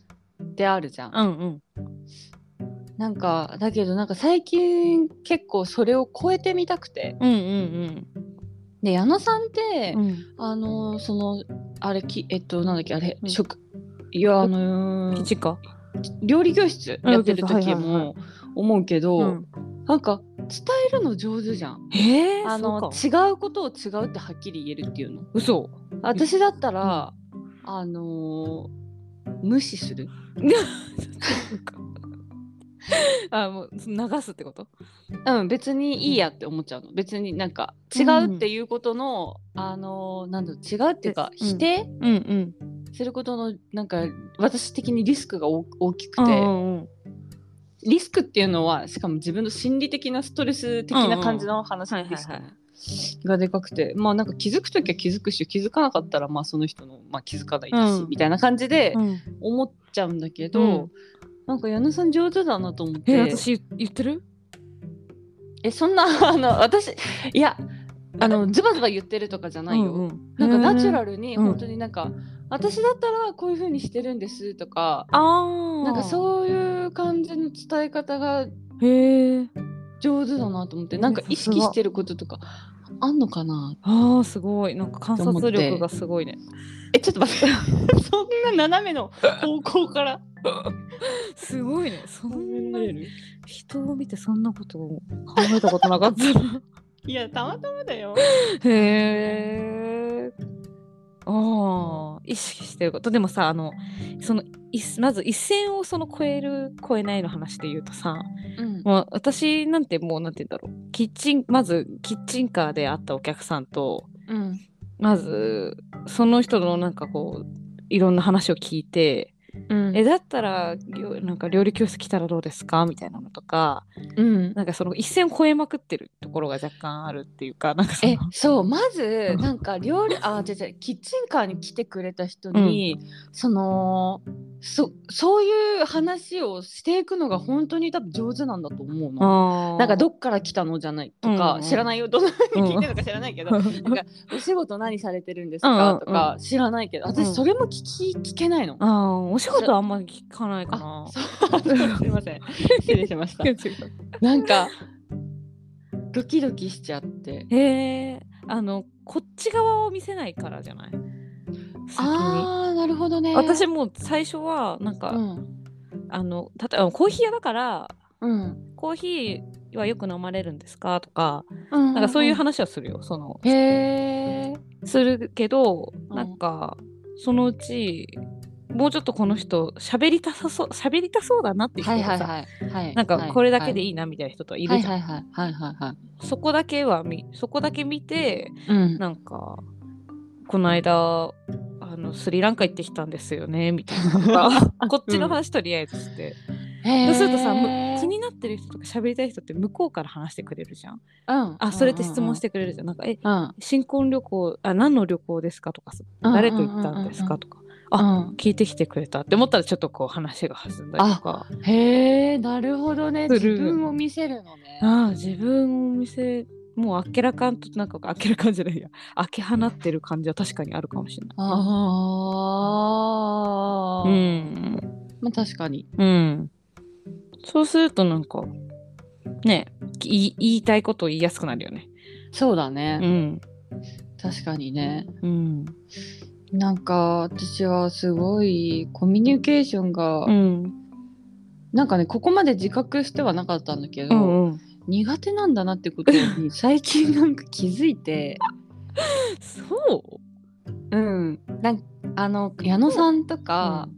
[SPEAKER 2] であるじゃん。
[SPEAKER 1] うん。うん。
[SPEAKER 2] なんかだけどなんか最近結構それを超えてみたくて。
[SPEAKER 1] うん。うん。
[SPEAKER 2] で矢野さんって、
[SPEAKER 1] うん。
[SPEAKER 2] あのそのあれきえっとなんだっけあれ、
[SPEAKER 1] うん
[SPEAKER 2] 食いやあのー
[SPEAKER 1] 基地か。
[SPEAKER 2] 料理教室やってる
[SPEAKER 1] 料理教室は
[SPEAKER 2] 時
[SPEAKER 1] いはいはい
[SPEAKER 2] も思うけど、
[SPEAKER 1] うん。
[SPEAKER 2] なんか伝えるの上手じゃん。
[SPEAKER 1] ええ。
[SPEAKER 2] あ
[SPEAKER 1] そう
[SPEAKER 2] の
[SPEAKER 1] か
[SPEAKER 2] 違うことを違うってはっきり言えるっていうの。
[SPEAKER 1] 嘘。
[SPEAKER 2] 私だったら、あのー無視する。
[SPEAKER 1] あ、もう流すってこと。
[SPEAKER 2] うん別にいいやって思っちゃうの。別になんか違うっていうことの、あのーなんだろう違うっていうか、
[SPEAKER 1] うん
[SPEAKER 2] 否定
[SPEAKER 1] うん。うん。
[SPEAKER 2] することのなんか私的にリスクが大大き
[SPEAKER 1] う
[SPEAKER 2] く
[SPEAKER 1] ん。
[SPEAKER 2] て、
[SPEAKER 1] うん。
[SPEAKER 2] リスクっていうのはしかも自分の心理的なストレス的な感じの話
[SPEAKER 1] はい。はい。
[SPEAKER 2] リスク
[SPEAKER 1] はい。
[SPEAKER 2] がでかくてまあなんか気づく時は気づくし気づかなかったらまあその人の、まあ、気づかないだし、
[SPEAKER 1] うん
[SPEAKER 2] みたいな感じで
[SPEAKER 1] うん。
[SPEAKER 2] 思っちゃうんだけど、
[SPEAKER 1] うん
[SPEAKER 2] なんか矢野さん上手だなと思って
[SPEAKER 1] え、私言ってる。
[SPEAKER 2] えそんなあの私いやあのズバズバ言ってるとかじゃないよ、
[SPEAKER 1] うん。
[SPEAKER 2] なんかナチュ
[SPEAKER 1] ル。
[SPEAKER 2] ラルに
[SPEAKER 1] うん
[SPEAKER 2] 本当になんか、私だったらこういう風にしてるんですとか
[SPEAKER 1] ああ。
[SPEAKER 2] なんかそういう感じの伝え方が
[SPEAKER 1] う。へえ。
[SPEAKER 2] 上手だなと思ってなんか意識してることとかあんのかな
[SPEAKER 1] ああ、すごい。なんか観察
[SPEAKER 2] と思って
[SPEAKER 1] 力がすごいね。
[SPEAKER 2] えちょっと待って そんな斜めの方向 から
[SPEAKER 1] すごいね。そんなに人を見てそんなことを考えたことなかったな。
[SPEAKER 2] いやたまたまだよ
[SPEAKER 1] へえ。ああ、意識してること。でもさ、あの、その、いまず一線をその超える、超えないの話で言うとさ、
[SPEAKER 2] うん
[SPEAKER 1] まあ、私なんてもう、なんて言うんだろう。キッチン、まずキッチンカーで会ったお客さんと、
[SPEAKER 2] うん
[SPEAKER 1] まずその人のなんかこういろんな話を聞いて、
[SPEAKER 2] うん
[SPEAKER 1] えだったらぎょなんか料理教室来たらどうですかみたいなのとか
[SPEAKER 2] うん、
[SPEAKER 1] なんかその一線を越えまくってるところが若干あるっていうかなんかその
[SPEAKER 2] えそうまずなんか料理あ違う違うキッチンカーに来てくれた人に、そのそそういう話をしていくのが本当に多分上手なんだと思うの。
[SPEAKER 1] あー
[SPEAKER 2] なんかどっから来たのじゃないとか、
[SPEAKER 1] うん
[SPEAKER 2] 知らないよどんな風に聞いてるのか知らないけど、なんか お仕事何されてるんです
[SPEAKER 1] うんうんう
[SPEAKER 2] か
[SPEAKER 1] ん
[SPEAKER 2] とか知らないけど
[SPEAKER 1] うん
[SPEAKER 2] 私それも聞き聞 けないの。
[SPEAKER 1] ああお仕事あんまり聞かないかな
[SPEAKER 2] あ。そうすいません失礼しましたなんかドキドキしちゃって
[SPEAKER 1] へえあのこっち側を見せないからじゃない先に。
[SPEAKER 2] あーなるほどね
[SPEAKER 1] 私も最初はなんか、
[SPEAKER 2] うん
[SPEAKER 1] あの例えばコーヒー屋だから
[SPEAKER 2] うん
[SPEAKER 1] コーヒーはよく飲まれるんですかとか
[SPEAKER 2] うん
[SPEAKER 1] なんかそういう話はするよその
[SPEAKER 2] へえ
[SPEAKER 1] するけど
[SPEAKER 2] うん
[SPEAKER 1] なんかそのうちもうちょっとこの人喋りたさそう喋りたそうだなっていう人
[SPEAKER 2] は
[SPEAKER 1] が
[SPEAKER 2] い
[SPEAKER 1] さ、
[SPEAKER 2] はいはいはい
[SPEAKER 1] なんかこれだけで
[SPEAKER 2] い
[SPEAKER 1] いいなみたいな人とい
[SPEAKER 2] は
[SPEAKER 1] る
[SPEAKER 2] い
[SPEAKER 1] じゃん、
[SPEAKER 2] はいはいはいはいはい
[SPEAKER 1] そこだけは見そこだけ見て
[SPEAKER 2] うん
[SPEAKER 1] なんかこの間あのスリランカ行ってきたんですよねみたい なとかこっちの話とりあえずして、
[SPEAKER 2] へー
[SPEAKER 1] そうするとさむ気になってる人とか喋りたい人って向こうから話してくれるじゃん
[SPEAKER 2] うん
[SPEAKER 1] あそれって質問してくれるじゃんなんかえ
[SPEAKER 2] うんうん
[SPEAKER 1] 新婚旅行あ何の旅行ですかとかさ
[SPEAKER 2] うん
[SPEAKER 1] 誰と行ったんですかとか
[SPEAKER 2] うん
[SPEAKER 1] 聞いてきてくれたって思ったらちょっとこう話が弾んだりとか
[SPEAKER 2] へえ、なるほどね。
[SPEAKER 1] す
[SPEAKER 2] 自
[SPEAKER 1] る
[SPEAKER 2] 分を見せるのね。
[SPEAKER 1] ああ自分を見せもうあっけらかんとなんかあっけらかんじゃないや開け放ってる感じは確かにあるかもしれない。
[SPEAKER 2] あ
[SPEAKER 1] う
[SPEAKER 2] あ、
[SPEAKER 1] ん
[SPEAKER 2] まあ確かに。
[SPEAKER 1] うん、そうするとなんかねい言いたいことを言いやすくなるよね。
[SPEAKER 2] そうだ
[SPEAKER 1] う
[SPEAKER 2] ね。
[SPEAKER 1] ん
[SPEAKER 2] 確かにね。
[SPEAKER 1] うん
[SPEAKER 2] なんか私はすごいコミュニケーションが、
[SPEAKER 1] うん
[SPEAKER 2] なんかねここまで自覚してはなかったんだけ
[SPEAKER 1] う
[SPEAKER 2] ど、
[SPEAKER 1] んうん、
[SPEAKER 2] 苦手なんだなってことに最近なんか気づいて、
[SPEAKER 1] そ
[SPEAKER 2] うん。なんあの矢野さんと
[SPEAKER 1] う
[SPEAKER 2] か、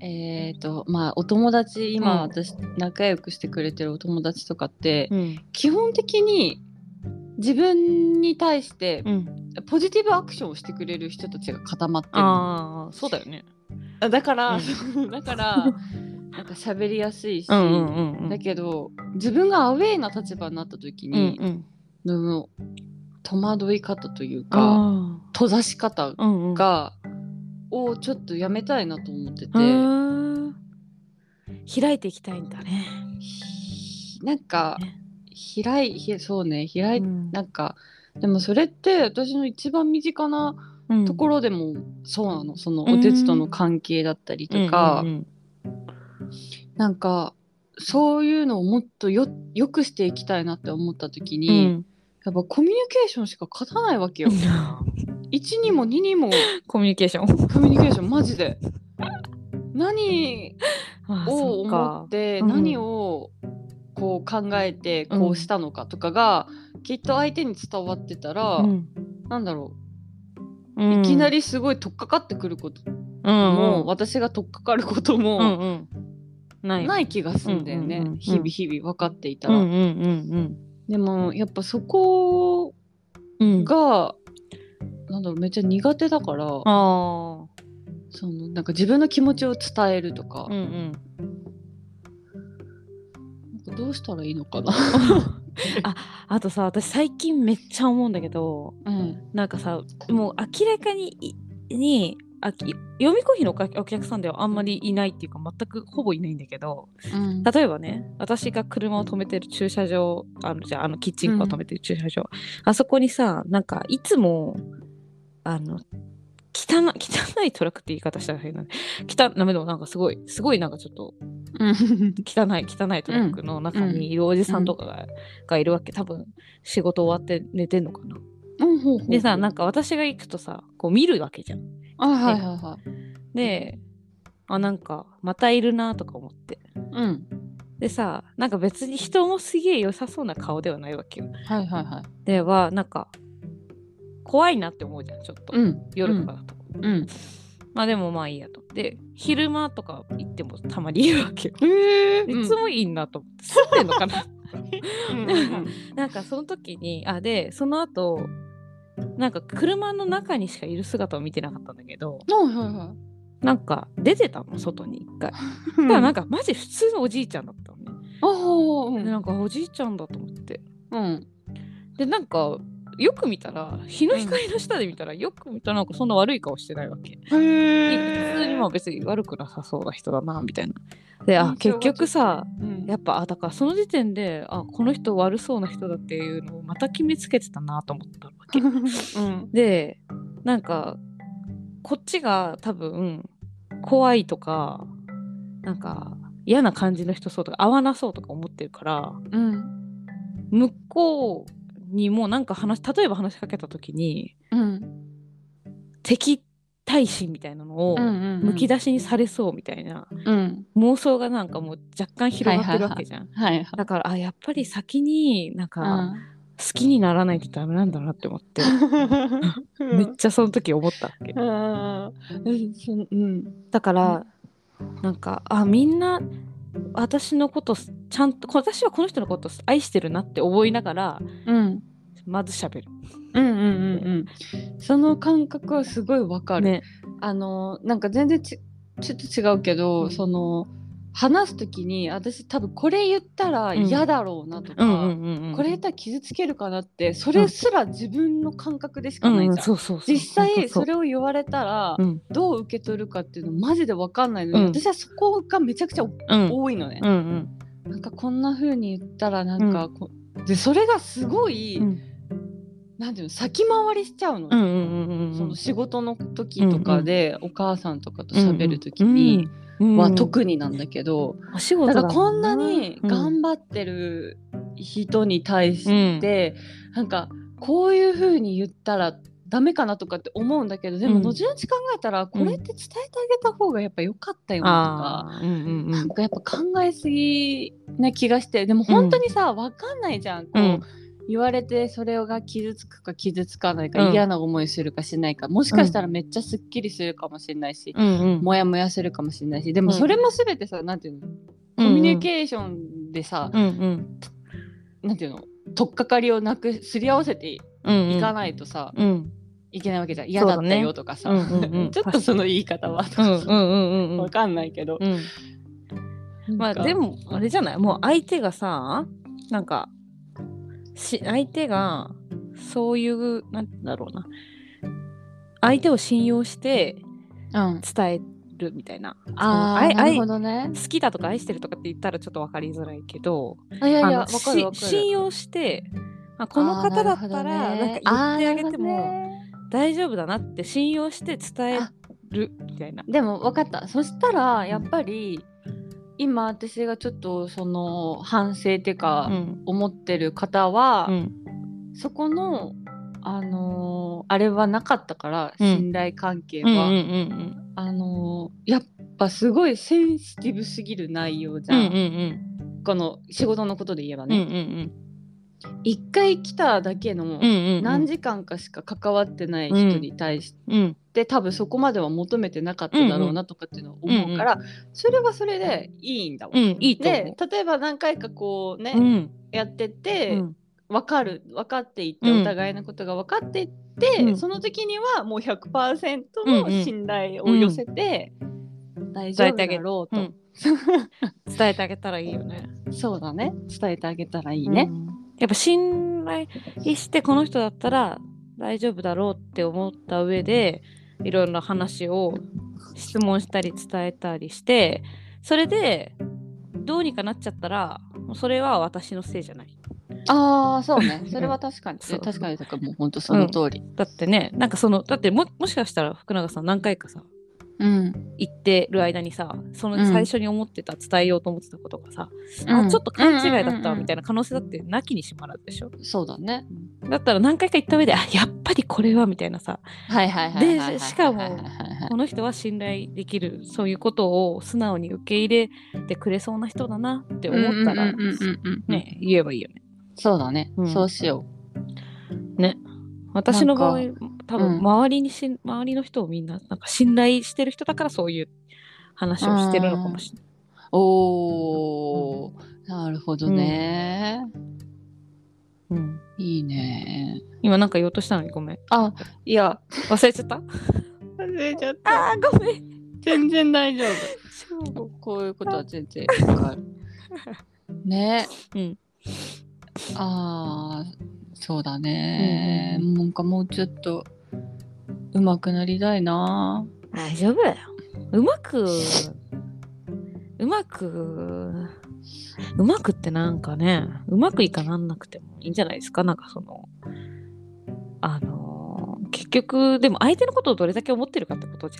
[SPEAKER 2] えっ、とまあお友達今、
[SPEAKER 1] うん
[SPEAKER 2] 私仲良くしてくれてるお友達とかって、
[SPEAKER 1] うん
[SPEAKER 2] 基本的に自分に対して
[SPEAKER 1] うん、
[SPEAKER 2] ポジティブアクションをしてくれる人たちが固まってるの
[SPEAKER 1] ああそうだよね。
[SPEAKER 2] あだから、
[SPEAKER 1] う
[SPEAKER 2] だからなんか喋りやすいし、
[SPEAKER 1] うんうんうんうん
[SPEAKER 2] だけど自分がアウェイな立場になった時に、
[SPEAKER 1] うんうん、
[SPEAKER 2] の戸惑い方というか
[SPEAKER 1] あ
[SPEAKER 2] 閉ざし
[SPEAKER 1] あ
[SPEAKER 2] 方
[SPEAKER 1] うんうん、
[SPEAKER 2] が、をちょっとやめたいなと思ってて、
[SPEAKER 1] うん開いていきたいんだね。
[SPEAKER 2] ひなんか
[SPEAKER 1] ね
[SPEAKER 2] 開いひそうね開い、
[SPEAKER 1] うん
[SPEAKER 2] なんかでもそれって私の一番身近な
[SPEAKER 1] うん
[SPEAKER 2] ところでもそうなのその
[SPEAKER 1] うん
[SPEAKER 2] お手つとの関係だったりとか、
[SPEAKER 1] うんうん
[SPEAKER 2] なんかそういうのをもっとよよくしていきたいなって思った時
[SPEAKER 1] う
[SPEAKER 2] に、
[SPEAKER 1] ん
[SPEAKER 2] やっぱコミュニケーションしか勝たないわけ
[SPEAKER 1] う
[SPEAKER 2] よ
[SPEAKER 1] ん
[SPEAKER 2] 1にも2にも
[SPEAKER 1] コミュニケーショ ン。
[SPEAKER 2] コミュニケーションマジで何
[SPEAKER 1] あ
[SPEAKER 2] を
[SPEAKER 1] そう
[SPEAKER 2] 思
[SPEAKER 1] か
[SPEAKER 2] っ。て
[SPEAKER 1] うん
[SPEAKER 2] 何をこう考えてこうしたのかとかが、きっと相手に伝わってたら、なんだろ
[SPEAKER 1] う
[SPEAKER 2] うい
[SPEAKER 1] ん
[SPEAKER 2] きなりすごい取っかかってくることも、
[SPEAKER 1] も
[SPEAKER 2] 私が取っかかることも、
[SPEAKER 1] うんうんない。
[SPEAKER 2] ないい気がすんだよね、
[SPEAKER 1] うんうんうんうん
[SPEAKER 2] 日々日々分かっていた
[SPEAKER 1] う
[SPEAKER 2] ら、
[SPEAKER 1] んうんうん
[SPEAKER 2] でもやっぱそこ
[SPEAKER 1] うんうん。
[SPEAKER 2] が、なんだろうめっちゃ苦手だから
[SPEAKER 1] あ
[SPEAKER 2] そのなんか自分の気持ちを伝えるとか,、
[SPEAKER 1] あ。うんうん。
[SPEAKER 2] なんかどうしたらいいのかな、
[SPEAKER 1] あとさ私最近めっちゃ思うんだけど
[SPEAKER 2] うん、
[SPEAKER 1] なんかさもう明らかにいにあき読みコーヒーのおお客さんではあんまりいないっていうか全くほぼいないんだけど例えばね私が車を止めてる駐車場あのじゃああのキッチンカーを止めてる駐車場、あそこにさなんかいつもあの汚汚いトラックって言い方したら変なね汚ダメでもなんかすごいすごいなんかちょっと汚い汚いトラックの中にいるおじさんとかが,、がいるわけ多分仕事終わって寝てんのかな。でさなん
[SPEAKER 2] か、
[SPEAKER 1] か私が行くとさこう見るわけじゃん。
[SPEAKER 2] あはいはいはい、
[SPEAKER 1] であなんかまたいるなとか思って。
[SPEAKER 2] うん、
[SPEAKER 1] でさなんか別に人もすげえ良さそうな顔ではないわけよ。
[SPEAKER 2] はいはいはい、
[SPEAKER 1] ではなんか怖いなって思うじゃんちょっと、
[SPEAKER 2] うん、
[SPEAKER 1] 夜とかだと、
[SPEAKER 2] うん、
[SPEAKER 1] まあでもまあいいやとで昼間とか行ってもたまにいるわけよ、
[SPEAKER 2] ええ
[SPEAKER 1] いつもいいなと思って住ん でんのかな
[SPEAKER 2] うん
[SPEAKER 1] なんかその時にあでその後なんか車の中にしかいる姿を見てなかったんだけど
[SPEAKER 2] はいはいはい。
[SPEAKER 1] なんか出てたの外に一回
[SPEAKER 2] う
[SPEAKER 1] ただなん
[SPEAKER 2] か、
[SPEAKER 1] かマジ普通のおじいちゃんだったのね、
[SPEAKER 2] ああ、う
[SPEAKER 1] で
[SPEAKER 2] ん。
[SPEAKER 1] なんかおじいちゃんだと思って
[SPEAKER 2] うん。
[SPEAKER 1] でなんかよく見たら日の光の下で見たら、よく見たらなんかそんな悪い顔してないわけ、
[SPEAKER 2] へえ
[SPEAKER 1] 普通にまあ別に悪くなさそうな人だなみたいなであ結
[SPEAKER 2] 印象が
[SPEAKER 1] 局さ
[SPEAKER 2] うん
[SPEAKER 1] やっぱあだからその時点であこの人悪そうな人だっていうのをまた決めつけてたなと思ったわけ
[SPEAKER 2] うん。
[SPEAKER 1] でなんかこっちが多分怖いとかなんか嫌な感じの人そうとか合わなそうとか思ってるから
[SPEAKER 2] うん。
[SPEAKER 1] 向こうにもなんか話例えば話しかけた時に
[SPEAKER 2] うん。
[SPEAKER 1] 敵対視みたいなのをむ
[SPEAKER 2] む
[SPEAKER 1] き出しにされそうみたいな
[SPEAKER 2] うん。
[SPEAKER 1] 妄想がなんかもう若干広がってるわけじゃん。
[SPEAKER 2] はいはい。
[SPEAKER 1] だからあやっぱり先になん
[SPEAKER 2] う
[SPEAKER 1] か好きにならないとダメなんだなって思って、
[SPEAKER 2] ん
[SPEAKER 1] めっちゃその時思ったわけ。
[SPEAKER 2] あーうんそんうん
[SPEAKER 1] だから、なんかあみんな私のことすちゃんとこ私はこの人のことす愛してるなって思いながら
[SPEAKER 2] うん
[SPEAKER 1] まず喋る。
[SPEAKER 2] うんうんうんうんその感覚はすごいわかる、
[SPEAKER 1] ね、
[SPEAKER 2] あのなんか全然ちちょっと違うけど、
[SPEAKER 1] うん
[SPEAKER 2] その話す時に私多分これ言ったら
[SPEAKER 1] うん
[SPEAKER 2] 嫌だろうなとか、
[SPEAKER 1] うんうんうんうん。
[SPEAKER 2] これ言ったら傷つけるかなってそれすら自分の感覚でし
[SPEAKER 1] う
[SPEAKER 2] か
[SPEAKER 1] ん
[SPEAKER 2] ないじゃん、
[SPEAKER 1] うんそうそうそう
[SPEAKER 2] 実際そ
[SPEAKER 1] を
[SPEAKER 2] れを言われたら
[SPEAKER 1] うん
[SPEAKER 2] どう受け取るかっていうのマジでわかんないのに、
[SPEAKER 1] うん
[SPEAKER 2] 私はそこがめちゃくちゃ
[SPEAKER 1] うん
[SPEAKER 2] 多いのね
[SPEAKER 1] う、ん
[SPEAKER 2] なんかこんな風に言ったらなんかこ、でそれがすごい、
[SPEAKER 1] うん
[SPEAKER 2] なんていうの先回りしちゃうの,、
[SPEAKER 1] うんうんうんうん
[SPEAKER 2] その仕事の時とかで、お母さんとかと喋る時
[SPEAKER 1] うん
[SPEAKER 2] に
[SPEAKER 1] うんうん
[SPEAKER 2] は特になんだけど、
[SPEAKER 1] お仕事
[SPEAKER 2] だ
[SPEAKER 1] だ
[SPEAKER 2] からこんなに
[SPEAKER 1] っ
[SPEAKER 2] 頑張ってる人に対して、なんかこういう風に言ったらダメかなとかって思うんだけどでも
[SPEAKER 1] うん
[SPEAKER 2] 後々考えたらこれって伝えてあげた方がやっぱ良かったよな
[SPEAKER 1] あ
[SPEAKER 2] とか。
[SPEAKER 1] ーうんうんう
[SPEAKER 2] なん
[SPEAKER 1] ん
[SPEAKER 2] かやっぱ考えすぎな気がしてでも本当にさ、わかんないじゃんこう、
[SPEAKER 1] うん
[SPEAKER 2] 言われてそれが傷つくか傷つかないか、
[SPEAKER 1] うん
[SPEAKER 2] 嫌な思いするかしないかもしかしたらめっちゃすっきりするかもしれないし、
[SPEAKER 1] うんうん
[SPEAKER 2] もやもやするかもしれないしでも
[SPEAKER 1] うん
[SPEAKER 2] それも全てさなんていうの、
[SPEAKER 1] うんうん
[SPEAKER 2] コミュニケーションでさ、
[SPEAKER 1] うんうん
[SPEAKER 2] なんていうの取っかかりをなくすり合わせてい
[SPEAKER 1] うんうん
[SPEAKER 2] かないとさ、
[SPEAKER 1] うん
[SPEAKER 2] いけないわけじゃん嫌だったよとかさ、
[SPEAKER 1] うんうんうん
[SPEAKER 2] ちょっとその言い方は
[SPEAKER 1] うんうんうんうん
[SPEAKER 2] わかんないけど、
[SPEAKER 1] うんまあでも
[SPEAKER 2] も
[SPEAKER 1] あれじゃないもう相手がさなんかし相手がそういうなんだろうな相手を信用して
[SPEAKER 2] うん
[SPEAKER 1] 伝えるみたいな
[SPEAKER 2] ああ
[SPEAKER 1] あい
[SPEAKER 2] なるほどね
[SPEAKER 1] 好きだとか愛してるとかって言ったらちょっと分かりづらいけど
[SPEAKER 2] あいやいや、
[SPEAKER 1] あ
[SPEAKER 2] わ
[SPEAKER 1] の
[SPEAKER 2] かるわ
[SPEAKER 1] し
[SPEAKER 2] かる
[SPEAKER 1] 信。用してあこの方だったらなんか言ってあげても大丈夫だなって信用して伝えるみたいな。
[SPEAKER 2] でも分かった。そしたら、やっぱり、今私がちょっとその反省っていうか、
[SPEAKER 1] うん
[SPEAKER 2] 思ってる方は、
[SPEAKER 1] うん
[SPEAKER 2] そこの、あのーあれはなかったから、
[SPEAKER 1] うん
[SPEAKER 2] 信頼関係
[SPEAKER 1] うんうん
[SPEAKER 2] は、
[SPEAKER 1] うんうん
[SPEAKER 2] あのーやっぱすごいセンシティブすぎる内容じ
[SPEAKER 1] う
[SPEAKER 2] ゃ
[SPEAKER 1] ん
[SPEAKER 2] ん、
[SPEAKER 1] うん
[SPEAKER 2] この仕事のことで言えば
[SPEAKER 1] うんうんう
[SPEAKER 2] ね、
[SPEAKER 1] ん
[SPEAKER 2] 一回来ただけの
[SPEAKER 1] うんうんうん
[SPEAKER 2] 何時間かしか関わってない人に対して
[SPEAKER 1] うん
[SPEAKER 2] で多分そこまでは求めてなかっただろうなとかっていうのを思うから、それはそれでいいんだわ。
[SPEAKER 1] うんいいと思う。
[SPEAKER 2] で例えば何回かこうね、
[SPEAKER 1] うん
[SPEAKER 2] やって
[SPEAKER 1] う
[SPEAKER 2] て、
[SPEAKER 1] ん
[SPEAKER 2] 分かる分かっていって、
[SPEAKER 1] うん
[SPEAKER 2] お互いのことが分かっていって、
[SPEAKER 1] うん
[SPEAKER 2] その時にはもう100%
[SPEAKER 1] うんうん
[SPEAKER 2] の信頼を寄せて、大丈夫だろうと、
[SPEAKER 1] 伝えてあげたらいいよね。
[SPEAKER 2] そうだね伝えてあげたらい
[SPEAKER 1] い
[SPEAKER 2] いね。
[SPEAKER 1] やっぱ信頼してこの人だったら大丈夫だろうって思った上でいろんな話を質問したり伝えたりしてそれでどうにかなっちゃったらもうそれは私のせいじゃない。
[SPEAKER 2] ああそうねそれは確かに、
[SPEAKER 1] そう
[SPEAKER 2] 確かにとかもう本当その通り。
[SPEAKER 1] だってねなんかそのだってももしかしたら福永さん何回かさ
[SPEAKER 2] うん
[SPEAKER 1] 行ってる間にさその
[SPEAKER 2] うん
[SPEAKER 1] 最初に思ってた、伝えようと思ってたことがさ、
[SPEAKER 2] う
[SPEAKER 1] あ
[SPEAKER 2] ん
[SPEAKER 1] ちょっと勘違いだったわ
[SPEAKER 2] うんうんうんうん
[SPEAKER 1] みたいな可能性だってなきにしもあらずでしょ。
[SPEAKER 2] そうだね。
[SPEAKER 1] だったら何回か行った上であやっぱりこれはみたいなさ
[SPEAKER 2] はいはいはいはいはいはいはいはい。
[SPEAKER 1] でしかも
[SPEAKER 2] はいはいはい
[SPEAKER 1] この人は信頼できるそういうことを素直に受け入れてくれそうな人だなって思ったら
[SPEAKER 2] うんうんうんうんうん、
[SPEAKER 1] ね言えばいいよね。
[SPEAKER 2] そうだね、
[SPEAKER 1] うん
[SPEAKER 2] そうしよ
[SPEAKER 1] 私の場合
[SPEAKER 2] な
[SPEAKER 1] 多
[SPEAKER 2] う
[SPEAKER 1] 分
[SPEAKER 2] ん
[SPEAKER 1] 周りにし、ん、周りの人をみんななんか信頼してる人だからそういう話をしてるのかもしれないう
[SPEAKER 2] おー、なるほどね、
[SPEAKER 1] うん。
[SPEAKER 2] いいね
[SPEAKER 1] 今なんか言おうとしたのにごめん。
[SPEAKER 2] あいや
[SPEAKER 1] 忘れちゃった
[SPEAKER 2] 忘れちゃっ
[SPEAKER 1] あーごめん。
[SPEAKER 2] 全然大丈
[SPEAKER 1] 超
[SPEAKER 2] 夫こういうことは全然わかるね
[SPEAKER 1] うん
[SPEAKER 2] あーそうだね、なんかもうちょっと上手くなりたいな
[SPEAKER 1] 大丈夫だよ。うまく、うまく、うまくってなんかね、うまくいかなんなくてもいいんじゃないですか、なんかその、あのー、結局、でも相手のことをどれだけ思ってるかってことじ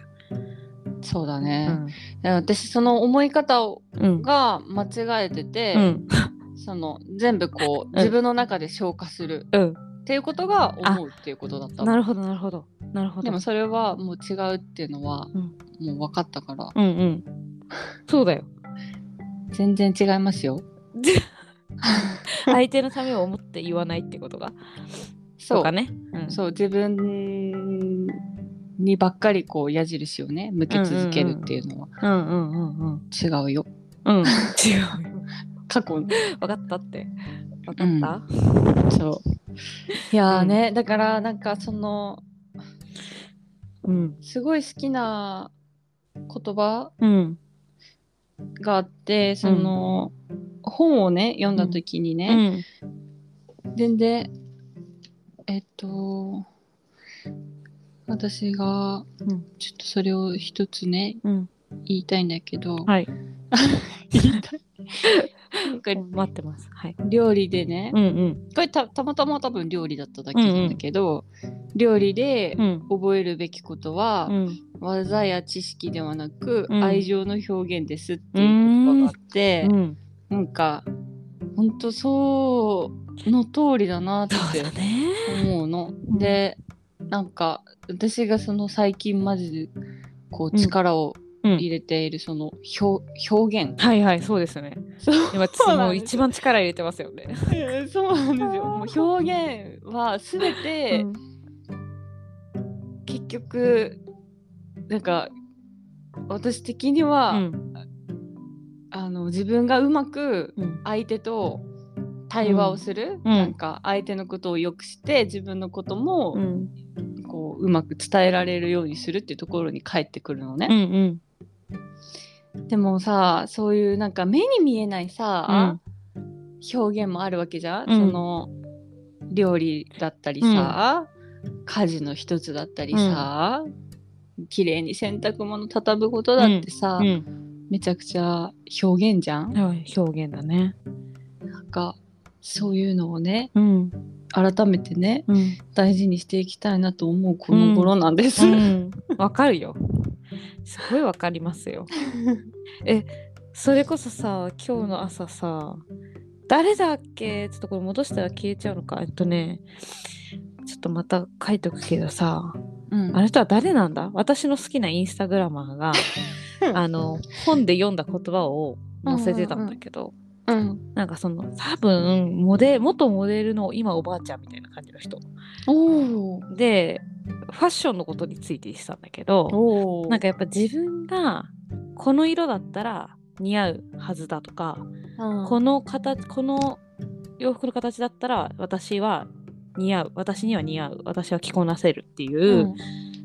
[SPEAKER 2] そうだ
[SPEAKER 1] ゃ
[SPEAKER 2] ね、
[SPEAKER 1] ん。
[SPEAKER 2] 私その思い方を
[SPEAKER 1] うん。
[SPEAKER 2] が間違えてて、
[SPEAKER 1] うん。
[SPEAKER 2] その全部こ
[SPEAKER 1] ん
[SPEAKER 2] う自分の中で消化する
[SPEAKER 1] うん。
[SPEAKER 2] っていうことが思うっていうことだった
[SPEAKER 1] な
[SPEAKER 2] の
[SPEAKER 1] るほど、なるほど。なるほど。
[SPEAKER 2] でもそれはもう違うっていうのは
[SPEAKER 1] うん
[SPEAKER 2] もう分かったから
[SPEAKER 1] うんう ん。そうだよ。
[SPEAKER 2] 全然違いますよ
[SPEAKER 1] 相手のためを思って言わないってことが。
[SPEAKER 2] そ
[SPEAKER 1] とか
[SPEAKER 2] う
[SPEAKER 1] ね。うん
[SPEAKER 2] そう自分にばっかりこう矢印をね向け続けるっていうのは
[SPEAKER 1] うんうんうんうん。
[SPEAKER 2] 違うよ
[SPEAKER 1] うん。 違うよ。
[SPEAKER 2] 過去の
[SPEAKER 1] 分かったって。分かった、
[SPEAKER 2] そういやーね、だからなんかその
[SPEAKER 1] うん、
[SPEAKER 2] すごい好きな言葉
[SPEAKER 1] うん。
[SPEAKER 2] があってその、本をね読んだ時に
[SPEAKER 1] う
[SPEAKER 2] ね、
[SPEAKER 1] ん。
[SPEAKER 2] 全然えっと私が、
[SPEAKER 1] うん
[SPEAKER 2] ちょっとそれを一つね
[SPEAKER 1] うん。
[SPEAKER 2] 言いたいんだけど、
[SPEAKER 1] はい。
[SPEAKER 2] 言いたい なんか
[SPEAKER 1] 待ってます。はい。
[SPEAKER 2] 料理でね、
[SPEAKER 1] うんうん。
[SPEAKER 2] これたたまたま多分料理だっただけなんだけど、料理で
[SPEAKER 1] うん。
[SPEAKER 2] 覚えるべきことは、
[SPEAKER 1] うん。
[SPEAKER 2] 技や知識ではなく、
[SPEAKER 1] うん
[SPEAKER 2] 愛情の表現ですっていう言葉があって、
[SPEAKER 1] うん。
[SPEAKER 2] なんか本当そうの通りだなって
[SPEAKER 1] そうだね。
[SPEAKER 2] 思うの。
[SPEAKER 1] うん
[SPEAKER 2] でなんか私がその最近マジでこ
[SPEAKER 1] う
[SPEAKER 2] うん力を
[SPEAKER 1] うん
[SPEAKER 2] 入れているその表表現
[SPEAKER 1] はいはい、そうですね。
[SPEAKER 2] そう
[SPEAKER 1] 今、つ
[SPEAKER 2] そ
[SPEAKER 1] も
[SPEAKER 2] うなん
[SPEAKER 1] う
[SPEAKER 2] です
[SPEAKER 1] 一番力入れてますよね。
[SPEAKER 2] そうなんです よもう表現は全て結局なんか私的には、
[SPEAKER 1] うん。
[SPEAKER 2] あの自分がうまく
[SPEAKER 1] うん。
[SPEAKER 2] 相手と対話をする、
[SPEAKER 1] うん
[SPEAKER 2] なんか相手のことをよくして自分のことも、
[SPEAKER 1] うん。
[SPEAKER 2] こううまく伝えられるようにするっていうところに帰ってくるの
[SPEAKER 1] う
[SPEAKER 2] ね、
[SPEAKER 1] ん。
[SPEAKER 2] でもさそういうなんか目に見えないさ、表現もあるわけじゃん、
[SPEAKER 1] うん
[SPEAKER 2] その料理だったりさ、家事の一つだったりさ、綺麗に洗濯物畳むことだってさ、
[SPEAKER 1] うん。
[SPEAKER 2] めちゃくちゃ表現じゃん、
[SPEAKER 1] はい表現だね。
[SPEAKER 2] なんかそういうのをね
[SPEAKER 1] うん。
[SPEAKER 2] 改めてね
[SPEAKER 1] うん。
[SPEAKER 2] 大事にしていきたいなと思うこの頃なんです、
[SPEAKER 1] うん。わかるよ。すごいわかります よ。え、それこそさ、今日の朝さ、誰だっけちょっとこれ戻したら消えちゃうのか。えっとね、ちょっとまた書いとくけどさ、
[SPEAKER 2] うん
[SPEAKER 1] あの人は誰なんだ私の好きなインスタグラマー が
[SPEAKER 2] うん
[SPEAKER 1] あの本で読んだ言葉を載せてたんだけど、
[SPEAKER 2] うん
[SPEAKER 1] なんかその多分モデ元モデルの今おばあちゃんみたいな感じの人
[SPEAKER 2] おー
[SPEAKER 1] でファッションのことについて言ってたんだけど
[SPEAKER 2] おー
[SPEAKER 1] なんかやっぱ自分がこの色だったら似合うはずだとか、
[SPEAKER 2] うん
[SPEAKER 1] この形この洋服の形だったら私は似合う私には似合う私は着こなせるっていう、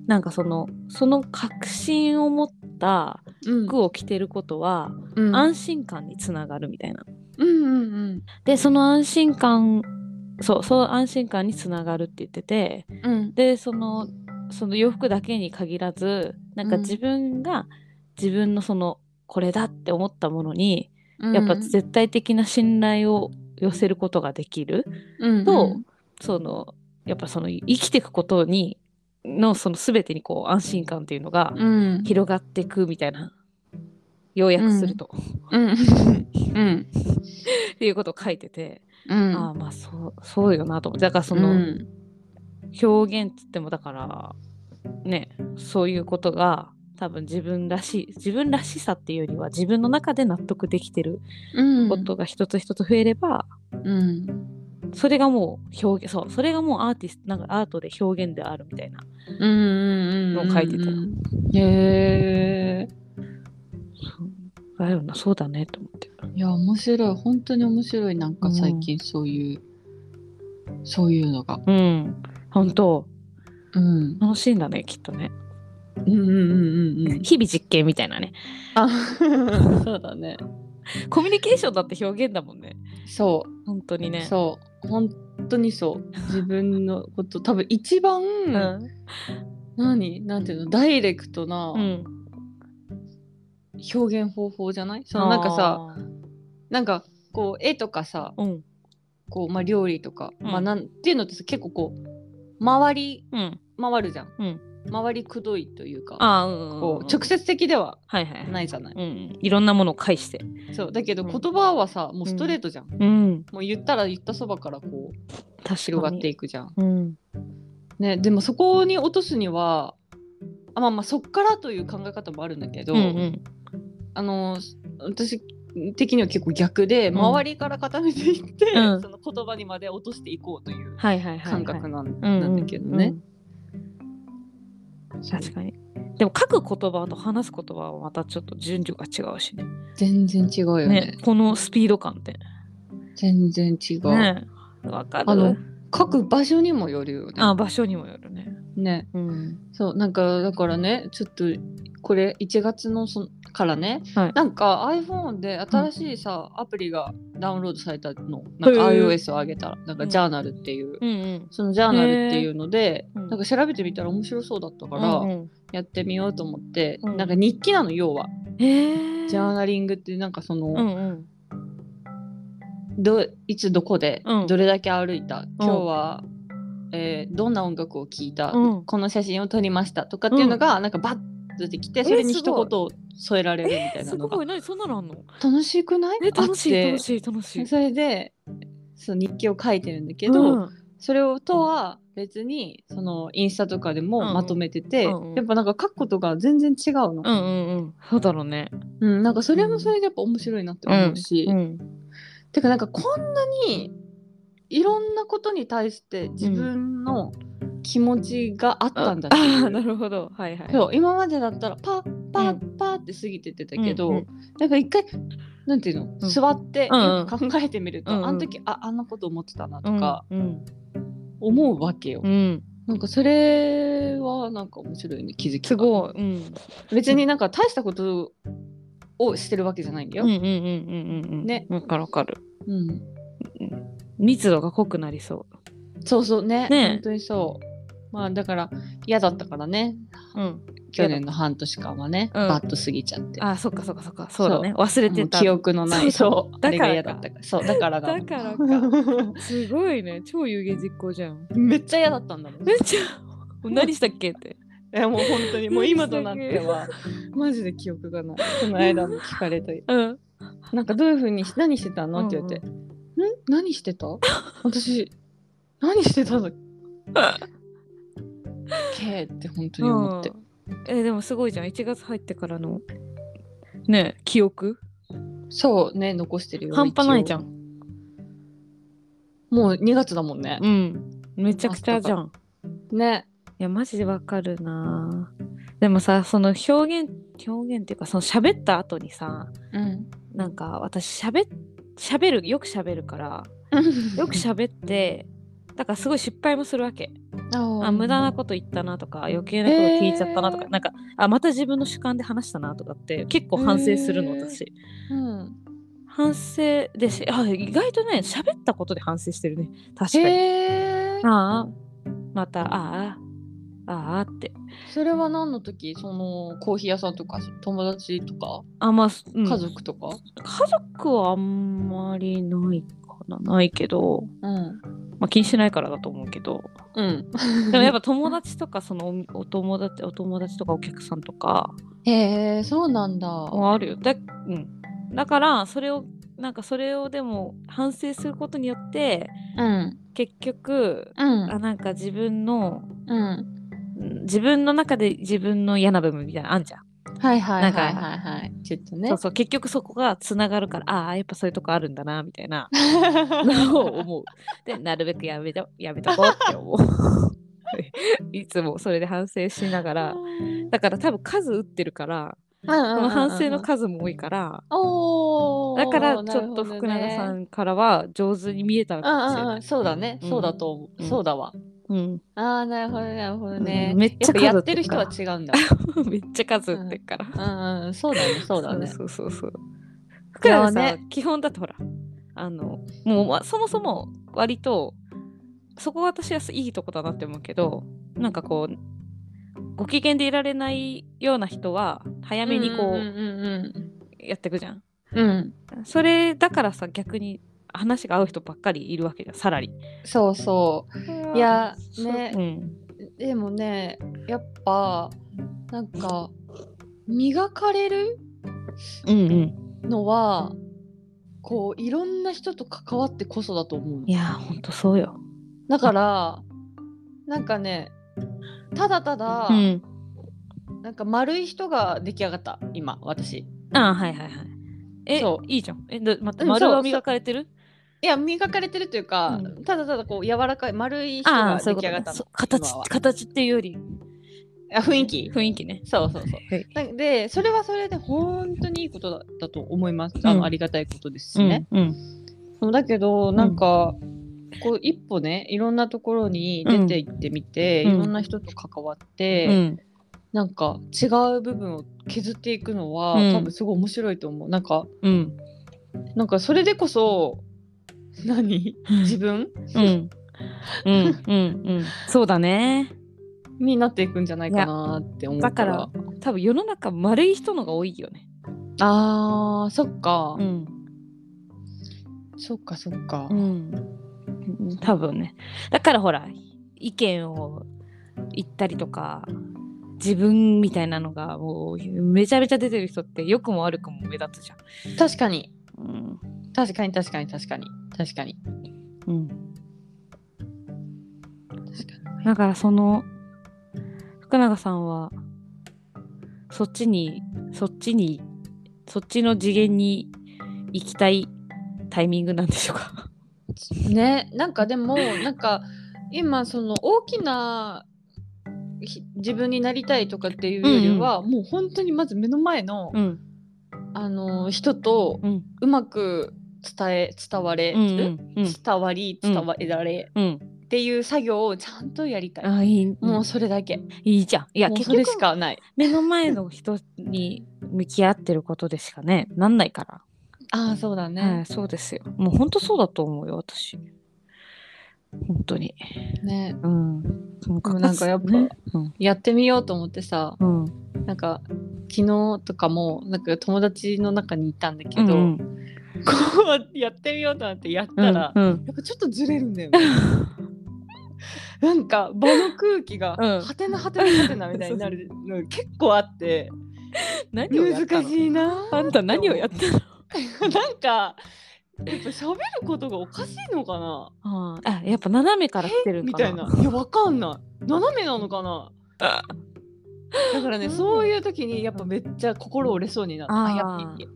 [SPEAKER 1] なんかそのその確信を持った
[SPEAKER 2] うん
[SPEAKER 1] 服を着てることは
[SPEAKER 2] うん
[SPEAKER 1] 安心感につながるみたいな。
[SPEAKER 2] うんうんうん
[SPEAKER 1] でその安心感そうそう安心感につながるって言ってて
[SPEAKER 2] うん
[SPEAKER 1] でそのその洋服だけに限らずなんか
[SPEAKER 2] うん
[SPEAKER 1] 自分が自分のそのこれだって思ったものに、
[SPEAKER 2] うん
[SPEAKER 1] やっぱ絶対的な信頼を寄せることができる
[SPEAKER 2] うん
[SPEAKER 1] と、
[SPEAKER 2] うん
[SPEAKER 1] そのやっぱその生きていくことにのその全てにこう安心感っていうのが
[SPEAKER 2] うん
[SPEAKER 1] 広がっていくみたいな要約すると、
[SPEAKER 2] うんうん
[SPEAKER 1] っていうことを書いてて、
[SPEAKER 2] うん
[SPEAKER 1] ああまあそうそうよなと思ってだからその、
[SPEAKER 2] うん
[SPEAKER 1] 表現っつってもだからねそういうことが多分自分らしい自分らしさっていうよりは自分の中で納得できてる
[SPEAKER 2] うん
[SPEAKER 1] ことが一つ一つ増えれば、
[SPEAKER 2] うん
[SPEAKER 1] それがもう表現そうそれがもうアーティストなんかアートで表現であるみたいな
[SPEAKER 2] うんうんうん
[SPEAKER 1] の書いてた
[SPEAKER 2] へえ
[SPEAKER 1] そうだよなそうだねと思って
[SPEAKER 2] いや面白い本当に面白いなんか最近そういうそういうのが。
[SPEAKER 1] うん本当
[SPEAKER 2] うん。
[SPEAKER 1] 楽しいんだねきっとね
[SPEAKER 2] うんうんうんうんうん。
[SPEAKER 1] 日々実験みたいなね
[SPEAKER 2] あそうだね。
[SPEAKER 1] コミュニケーションだって表現だもんね
[SPEAKER 2] そ
[SPEAKER 1] 本当に
[SPEAKER 2] う、
[SPEAKER 1] ね
[SPEAKER 2] そう。本当にそう。自分のこと、多分一番、
[SPEAKER 1] うん
[SPEAKER 2] 何なんていうの、ダイレクトな
[SPEAKER 1] うん
[SPEAKER 2] 表現方法じゃない、そのなんかさ、
[SPEAKER 1] あー
[SPEAKER 2] なんかこう、絵とかさ、
[SPEAKER 1] うん
[SPEAKER 2] こう、まあ、料理とか、
[SPEAKER 1] うん
[SPEAKER 2] まあ、なんていうのってさ結構こう、回り、
[SPEAKER 1] うん
[SPEAKER 2] 回るじゃん。
[SPEAKER 1] うん
[SPEAKER 2] 回りくどいというか、
[SPEAKER 1] あーうんうん
[SPEAKER 2] こ
[SPEAKER 1] うん
[SPEAKER 2] う直接的では
[SPEAKER 1] はいはい
[SPEAKER 2] ないじゃない。
[SPEAKER 1] うんいろんなものを介して
[SPEAKER 2] そうだけど
[SPEAKER 1] うん
[SPEAKER 2] 言葉はさ、もうストレートじゃん。
[SPEAKER 1] うん
[SPEAKER 2] もう言ったら言ったそばからこう
[SPEAKER 1] 確かに
[SPEAKER 2] 広がっていくじゃん。
[SPEAKER 1] うん
[SPEAKER 2] ね、でもそこに落とすにはあまあまあそっからという考え方もあるんだけど、
[SPEAKER 1] うんうん
[SPEAKER 2] あの私的には結構逆で
[SPEAKER 1] ん
[SPEAKER 2] 周りから固めていって、
[SPEAKER 1] うん
[SPEAKER 2] その言葉にまで落としていこうという
[SPEAKER 1] はいはいはいは
[SPEAKER 2] 感
[SPEAKER 1] い
[SPEAKER 2] 覚なん,、
[SPEAKER 1] うんうん
[SPEAKER 2] なんだけどね。
[SPEAKER 1] うん確かにでも書く言葉と話す言葉はまたちょっと順序が違うしね
[SPEAKER 2] 全然違うよね
[SPEAKER 1] ねこのスピード感って
[SPEAKER 2] 全然違う、
[SPEAKER 1] ねわかる
[SPEAKER 2] あの書く場所にもよるよね。
[SPEAKER 1] あ場所にもよるね
[SPEAKER 2] ね
[SPEAKER 1] うん
[SPEAKER 2] そうなんかだからねちょっとこれ1月のそからね、
[SPEAKER 1] はい
[SPEAKER 2] なんか iPhone で新しいさ、アプリがダウンロードされたのなんか
[SPEAKER 1] へー
[SPEAKER 2] iOS を上げたらなん
[SPEAKER 1] う
[SPEAKER 2] か
[SPEAKER 1] ん
[SPEAKER 2] ジャーナルっていう、
[SPEAKER 1] うんうん
[SPEAKER 2] そのジャーナルっていうので、
[SPEAKER 1] うん
[SPEAKER 2] なんか調べてみたら面白そうだったから、
[SPEAKER 1] うん
[SPEAKER 2] やってみようと思って、
[SPEAKER 1] うん
[SPEAKER 2] なんか日記なの要は
[SPEAKER 1] うん、へえ
[SPEAKER 2] ジャーナリングってなんかその、
[SPEAKER 1] うんうん
[SPEAKER 2] どいつどこで
[SPEAKER 1] うん
[SPEAKER 2] どれだけ歩いた、今日は、えーどんな音楽を聴いた、
[SPEAKER 1] うん
[SPEAKER 2] この写真を撮りましたとかっていうのが、なんかバッと出てきてそれに一言添えられるみたいな
[SPEAKER 1] す
[SPEAKER 2] のが、
[SPEAKER 1] ごい何そんなのあんの
[SPEAKER 2] 楽しくない
[SPEAKER 1] え楽しい楽
[SPEAKER 2] い
[SPEAKER 1] しい楽しい
[SPEAKER 2] それでその日記を書いてるんだけど、
[SPEAKER 1] うん
[SPEAKER 2] それをとは別にそのインスタとかで
[SPEAKER 1] うんうん
[SPEAKER 2] もまとめてて、
[SPEAKER 1] うんうん
[SPEAKER 2] やっぱなんか書くことが全然違うの、
[SPEAKER 1] うんうんうんそうだろうね
[SPEAKER 2] うんなんかそれもそれでやっぱ面白いなって思うし、
[SPEAKER 1] うん
[SPEAKER 2] てかなんかこんなにいろんなことに対して自分の気持ちがあったんだってい
[SPEAKER 1] ああ
[SPEAKER 2] う
[SPEAKER 1] なるほどはいはい
[SPEAKER 2] そう今までだったらパッパ
[SPEAKER 1] う
[SPEAKER 2] ッパッって過ぎてってたけど、
[SPEAKER 1] うんうん
[SPEAKER 2] なんか一回なんていうの、
[SPEAKER 1] うん
[SPEAKER 2] 座って
[SPEAKER 1] うん
[SPEAKER 2] よく考えてみると、
[SPEAKER 1] うんうん
[SPEAKER 2] あの時ああんなこと思ってたなとか
[SPEAKER 1] うん
[SPEAKER 2] 思うわけよ、
[SPEAKER 1] うんうん
[SPEAKER 2] なんかそれはなんか面白いね気づき
[SPEAKER 1] す
[SPEAKER 2] が
[SPEAKER 1] ごいうん
[SPEAKER 2] 別になんか大したことをしてるわけじゃないんだよ、
[SPEAKER 1] うんうんうんうんうんうん
[SPEAKER 2] ね
[SPEAKER 1] わかるわかる
[SPEAKER 2] うん
[SPEAKER 1] 密度が濃くなりそ
[SPEAKER 2] そうそうね
[SPEAKER 1] ね
[SPEAKER 2] 本当にそうまあだから嫌だったからね
[SPEAKER 1] ううん
[SPEAKER 2] 去年の半年間はね、
[SPEAKER 1] うん
[SPEAKER 2] バッと過ぎちゃって。
[SPEAKER 1] あそっかそっかそっかそうだね忘れ
[SPEAKER 2] も
[SPEAKER 1] て
[SPEAKER 2] う
[SPEAKER 1] た
[SPEAKER 2] 記憶のない
[SPEAKER 1] そ
[SPEAKER 2] そうう
[SPEAKER 1] だ
[SPEAKER 2] あ
[SPEAKER 1] から
[SPEAKER 2] れ
[SPEAKER 1] か
[SPEAKER 2] が嫌だったからそうだからだ
[SPEAKER 1] だからかすごいね超有言実行じゃん
[SPEAKER 2] めっちゃ嫌だったんだもん
[SPEAKER 1] めっちゃ 何したっけって
[SPEAKER 2] いやもう本当にもう今となってはマジで記憶がないこの間も聞かれて
[SPEAKER 1] うん
[SPEAKER 2] なんかどういうふうに何してたのって言って「
[SPEAKER 1] うん
[SPEAKER 2] ん何してた私何してたの?」けーって本当に思って、
[SPEAKER 1] えでもすごいじゃん1月入ってからのねえ記憶
[SPEAKER 2] そうね残してるよ
[SPEAKER 1] 半端ないじゃ
[SPEAKER 2] ん
[SPEAKER 1] ん
[SPEAKER 2] もう2月だもんね
[SPEAKER 1] うんめちゃくちゃじゃん
[SPEAKER 2] ね
[SPEAKER 1] いやマジでわかるなでもさその表現表現っていうかその喋った後にさ
[SPEAKER 2] うん
[SPEAKER 1] なんか私喋っ喋るよく喋るからよく喋ってだからすごい失敗もするわけあ無駄なこと言ったなとか余計なこと聞いちゃったなとか、
[SPEAKER 2] えー
[SPEAKER 1] なんかあまた自分の主観で話したなとかって結構反省するの、
[SPEAKER 2] えー
[SPEAKER 1] 私
[SPEAKER 2] うん、
[SPEAKER 1] 反省ですあ意外とね喋ったことで反省してるね確かに、
[SPEAKER 2] えー、
[SPEAKER 1] ああまたああああって
[SPEAKER 2] それは何の時そのコーヒー屋さんとか友達とか
[SPEAKER 1] あまあ、うん
[SPEAKER 2] 家族とか、
[SPEAKER 1] 家族はあんまりないかなないけど、
[SPEAKER 2] うん
[SPEAKER 1] まあ、気にしないからだと思うけど
[SPEAKER 2] うん、
[SPEAKER 1] でもやっぱ友達とかそのおお友達お友達とかお客さんとか
[SPEAKER 2] へえそうなんだ。
[SPEAKER 1] はあるよだ,、うん、だからそれをなんかそれをでも反省することによって
[SPEAKER 2] うん
[SPEAKER 1] 結局
[SPEAKER 2] うん
[SPEAKER 1] あなんか自分の
[SPEAKER 2] うん
[SPEAKER 1] うん自分の中で自分の嫌な部分みたいなのあんじゃん、
[SPEAKER 2] はいはい
[SPEAKER 1] な
[SPEAKER 2] は
[SPEAKER 1] ん
[SPEAKER 2] い
[SPEAKER 1] か
[SPEAKER 2] はいはいちょっとね
[SPEAKER 1] そう。そう結局そこがつながるからああーやっぱそういうとこあるんだなみたいなのを思うでなるべくやめとやめとこうって思う いつもそれで反省しながらだから多分数打ってるからそ
[SPEAKER 2] そ
[SPEAKER 1] の反省の数も多いから、
[SPEAKER 2] おー
[SPEAKER 1] だからちょっと福永さ
[SPEAKER 2] なる
[SPEAKER 1] んからは上手に見えたの
[SPEAKER 2] ほどねう
[SPEAKER 1] か
[SPEAKER 2] ん
[SPEAKER 1] もしれな
[SPEAKER 2] うんうん
[SPEAKER 1] い。
[SPEAKER 2] そうだね、そうだと思う、
[SPEAKER 1] うん
[SPEAKER 2] そうだわ
[SPEAKER 1] うん、
[SPEAKER 2] あーなるほどねなるほどね、
[SPEAKER 1] うんめっちゃ数
[SPEAKER 2] やっぱやってる人は
[SPEAKER 1] っ
[SPEAKER 2] 違うんだ
[SPEAKER 1] めっちゃ数打ってっから。
[SPEAKER 2] うんうんそうだねそうだね
[SPEAKER 1] そうそうそうそう福永さん
[SPEAKER 2] いや
[SPEAKER 1] は基本だってほらあのもう、まあ、そもそも割とそこが私はいいとこだなって思うけどなんかこうご機嫌でいられないような人は早めにこ
[SPEAKER 2] うん
[SPEAKER 1] うやってくじゃん,、
[SPEAKER 2] うんうんうんうん
[SPEAKER 1] それだからさ逆に話が合う人ばっかりいるわけじゃんさらに
[SPEAKER 2] そうそういやね
[SPEAKER 1] うん
[SPEAKER 2] でもねやっぱなんか磨かれる
[SPEAKER 1] うんうん
[SPEAKER 2] のはこういろんな人と関わってこそだと思うの
[SPEAKER 1] いやほんとそうよ
[SPEAKER 2] だからなんかねただただ、
[SPEAKER 1] うん
[SPEAKER 2] なんか丸い人が出来上がった今私
[SPEAKER 1] ああはいはいはいえ
[SPEAKER 2] そう
[SPEAKER 1] いいじゃんえだ待って
[SPEAKER 2] うんそう
[SPEAKER 1] 丸が磨かれてる、
[SPEAKER 2] いや磨かれてるというか、
[SPEAKER 1] うん
[SPEAKER 2] ただただこう柔らかい丸い人
[SPEAKER 1] あ
[SPEAKER 2] が
[SPEAKER 1] あそうい
[SPEAKER 2] 出
[SPEAKER 1] うこと
[SPEAKER 2] 来上が
[SPEAKER 1] ね
[SPEAKER 2] ったの
[SPEAKER 1] そう形
[SPEAKER 2] 今は
[SPEAKER 1] 形っていうより
[SPEAKER 2] あ雰囲気
[SPEAKER 1] 雰囲気ね。
[SPEAKER 2] そうそうそう
[SPEAKER 1] はい
[SPEAKER 2] なでそれはそれで本当にいいことだだと思いますあ
[SPEAKER 1] うん
[SPEAKER 2] のありがたいことですしね、
[SPEAKER 1] うんうん
[SPEAKER 2] そうだけどなんか、こう一歩ねいろんなところに出て行ってみて、
[SPEAKER 1] うん
[SPEAKER 2] いろんな人と関わって、
[SPEAKER 1] うん
[SPEAKER 2] なんか違う部分を削っていくのは、
[SPEAKER 1] うん
[SPEAKER 2] 多分すごい面白いと思うなんか
[SPEAKER 1] うん
[SPEAKER 2] なんかそれでこそ何自分
[SPEAKER 1] うんうんうん そうだね。
[SPEAKER 2] になっていくんじゃないかなって思う
[SPEAKER 1] だ
[SPEAKER 2] か
[SPEAKER 1] からら多分世の中丸い人のが多いよね。
[SPEAKER 2] あーそっか、
[SPEAKER 1] うん
[SPEAKER 2] そっかそっか、
[SPEAKER 1] うん多分ね。だからほら意見を言ったりとか自分みたいなのがもうめちゃめちゃ出てる人って良くも悪くも目立つじゃん。
[SPEAKER 2] 確かに
[SPEAKER 1] うん
[SPEAKER 2] 確かに確かに確かに確かに
[SPEAKER 1] うん
[SPEAKER 2] 確か
[SPEAKER 1] だからその福永さんはそっちにそっちにそっちの次元に行きたいタイミングなんでしょうか。
[SPEAKER 2] にねなんかでもなんか今その大きなひ自分になりたいとかっていうよりは、もう本当にまず目の前の、
[SPEAKER 1] うん
[SPEAKER 2] あの人と
[SPEAKER 1] うん
[SPEAKER 2] うまく伝え伝われ、
[SPEAKER 1] うんうん
[SPEAKER 2] 伝わり
[SPEAKER 1] うん
[SPEAKER 2] 伝わられ
[SPEAKER 1] うん。
[SPEAKER 2] っていう作業をちゃんとやりたい、
[SPEAKER 1] あいい
[SPEAKER 2] も
[SPEAKER 1] もう
[SPEAKER 2] うそれだけ
[SPEAKER 1] いいじゃん。いや
[SPEAKER 2] もう
[SPEAKER 1] 結
[SPEAKER 2] それ
[SPEAKER 1] 局
[SPEAKER 2] しかない
[SPEAKER 1] 目の前の人に向き合ってることでしかねなんないから。
[SPEAKER 2] ああそうだ
[SPEAKER 1] はい
[SPEAKER 2] ね、
[SPEAKER 1] そうですよ。もう本当そうだと思うよ私。本当に。
[SPEAKER 2] ね
[SPEAKER 1] うん。
[SPEAKER 2] でもなんかやっぱ
[SPEAKER 1] ねうん
[SPEAKER 2] やってみようと思ってさ
[SPEAKER 1] うん
[SPEAKER 2] なんか昨日とかもなんか友達の中にいたんだけ
[SPEAKER 1] う
[SPEAKER 2] ど、
[SPEAKER 1] んう
[SPEAKER 2] こ
[SPEAKER 1] ん
[SPEAKER 2] うやってみようとなってやった
[SPEAKER 1] う
[SPEAKER 2] ら、
[SPEAKER 1] ん
[SPEAKER 2] や
[SPEAKER 1] うん
[SPEAKER 2] っぱちょっとずれるんだよねなんか場の空気が、
[SPEAKER 1] うん
[SPEAKER 2] はてなはてなはてなみたいになるの結構あって
[SPEAKER 1] 何をやったの
[SPEAKER 2] 難しいな
[SPEAKER 1] あんた何をやったの
[SPEAKER 2] たなんかやっぱ喋ることがおかしいのかな
[SPEAKER 1] あーあやっぱ斜めから来てるん
[SPEAKER 2] み
[SPEAKER 1] か
[SPEAKER 2] た
[SPEAKER 1] ない
[SPEAKER 2] ないやわかんない斜めなのかな
[SPEAKER 1] あ
[SPEAKER 2] だからね
[SPEAKER 1] うん
[SPEAKER 2] そういう時にやっぱめっちゃ心折れそうになる
[SPEAKER 1] あー
[SPEAKER 2] あやっぱいい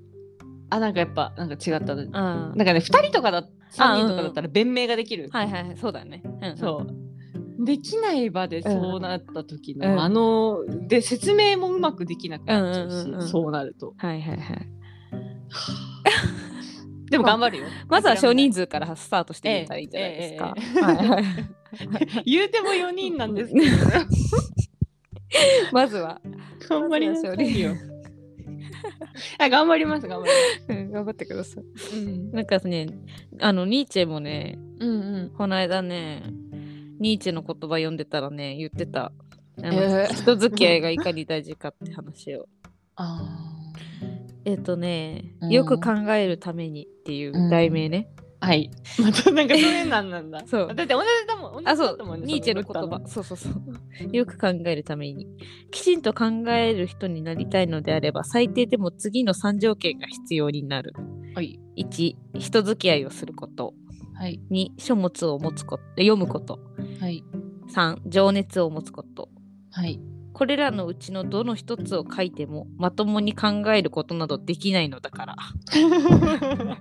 [SPEAKER 2] あなんかやっぱなんか違ったななんか
[SPEAKER 1] うん
[SPEAKER 2] ね2人とかだ3人とかだったら弁明ができる、
[SPEAKER 1] はいはいはいそうだね、うん、
[SPEAKER 2] そうできない場でそうなった時の、
[SPEAKER 1] うん
[SPEAKER 2] あので説明もうまくできなくなっちゃうし、
[SPEAKER 1] うんうんうんうん
[SPEAKER 2] そうなると
[SPEAKER 1] はいはいはい
[SPEAKER 2] でも頑張るよ
[SPEAKER 1] まずは少人
[SPEAKER 2] 数
[SPEAKER 1] 数からスタートしてみたらいいんじゃないですか、
[SPEAKER 2] ええええ
[SPEAKER 1] はいはい
[SPEAKER 2] 言うても4人なんですけどね
[SPEAKER 1] まずは
[SPEAKER 2] 頑張りましょ
[SPEAKER 1] まずは少人
[SPEAKER 2] うあ頑張ります頑張り
[SPEAKER 1] うん頑張ってください
[SPEAKER 2] ます、うん、
[SPEAKER 1] なんかねあのニーチェもね
[SPEAKER 2] うんうん
[SPEAKER 1] この間ねニーチェの言葉読んでたらね言ってたあの、
[SPEAKER 2] ええ
[SPEAKER 1] 人付き合いがいかに大事かって話を
[SPEAKER 2] あ
[SPEAKER 1] えっ、とね、
[SPEAKER 2] うん
[SPEAKER 1] よく考えるためにっていう題名ね、
[SPEAKER 2] ーはいまたなんかそれなんなんだ
[SPEAKER 1] そう
[SPEAKER 2] だって同じだもん同
[SPEAKER 1] あ
[SPEAKER 2] じ
[SPEAKER 1] そ
[SPEAKER 2] だ
[SPEAKER 1] う
[SPEAKER 2] と思う、ね
[SPEAKER 1] ニーチェの言葉そうそう そうよく考えるためにきちんと考える人になりたいのであれば最低でも次の3条件が必要になる
[SPEAKER 2] はい
[SPEAKER 1] 1人付き合いをすること
[SPEAKER 2] はい
[SPEAKER 1] 2書物を持つこと読むこと
[SPEAKER 2] はい
[SPEAKER 1] 3情熱を持つこと
[SPEAKER 2] はい
[SPEAKER 1] これらのうちのどの一つを書いてもまともに考えることなどできないのだからだか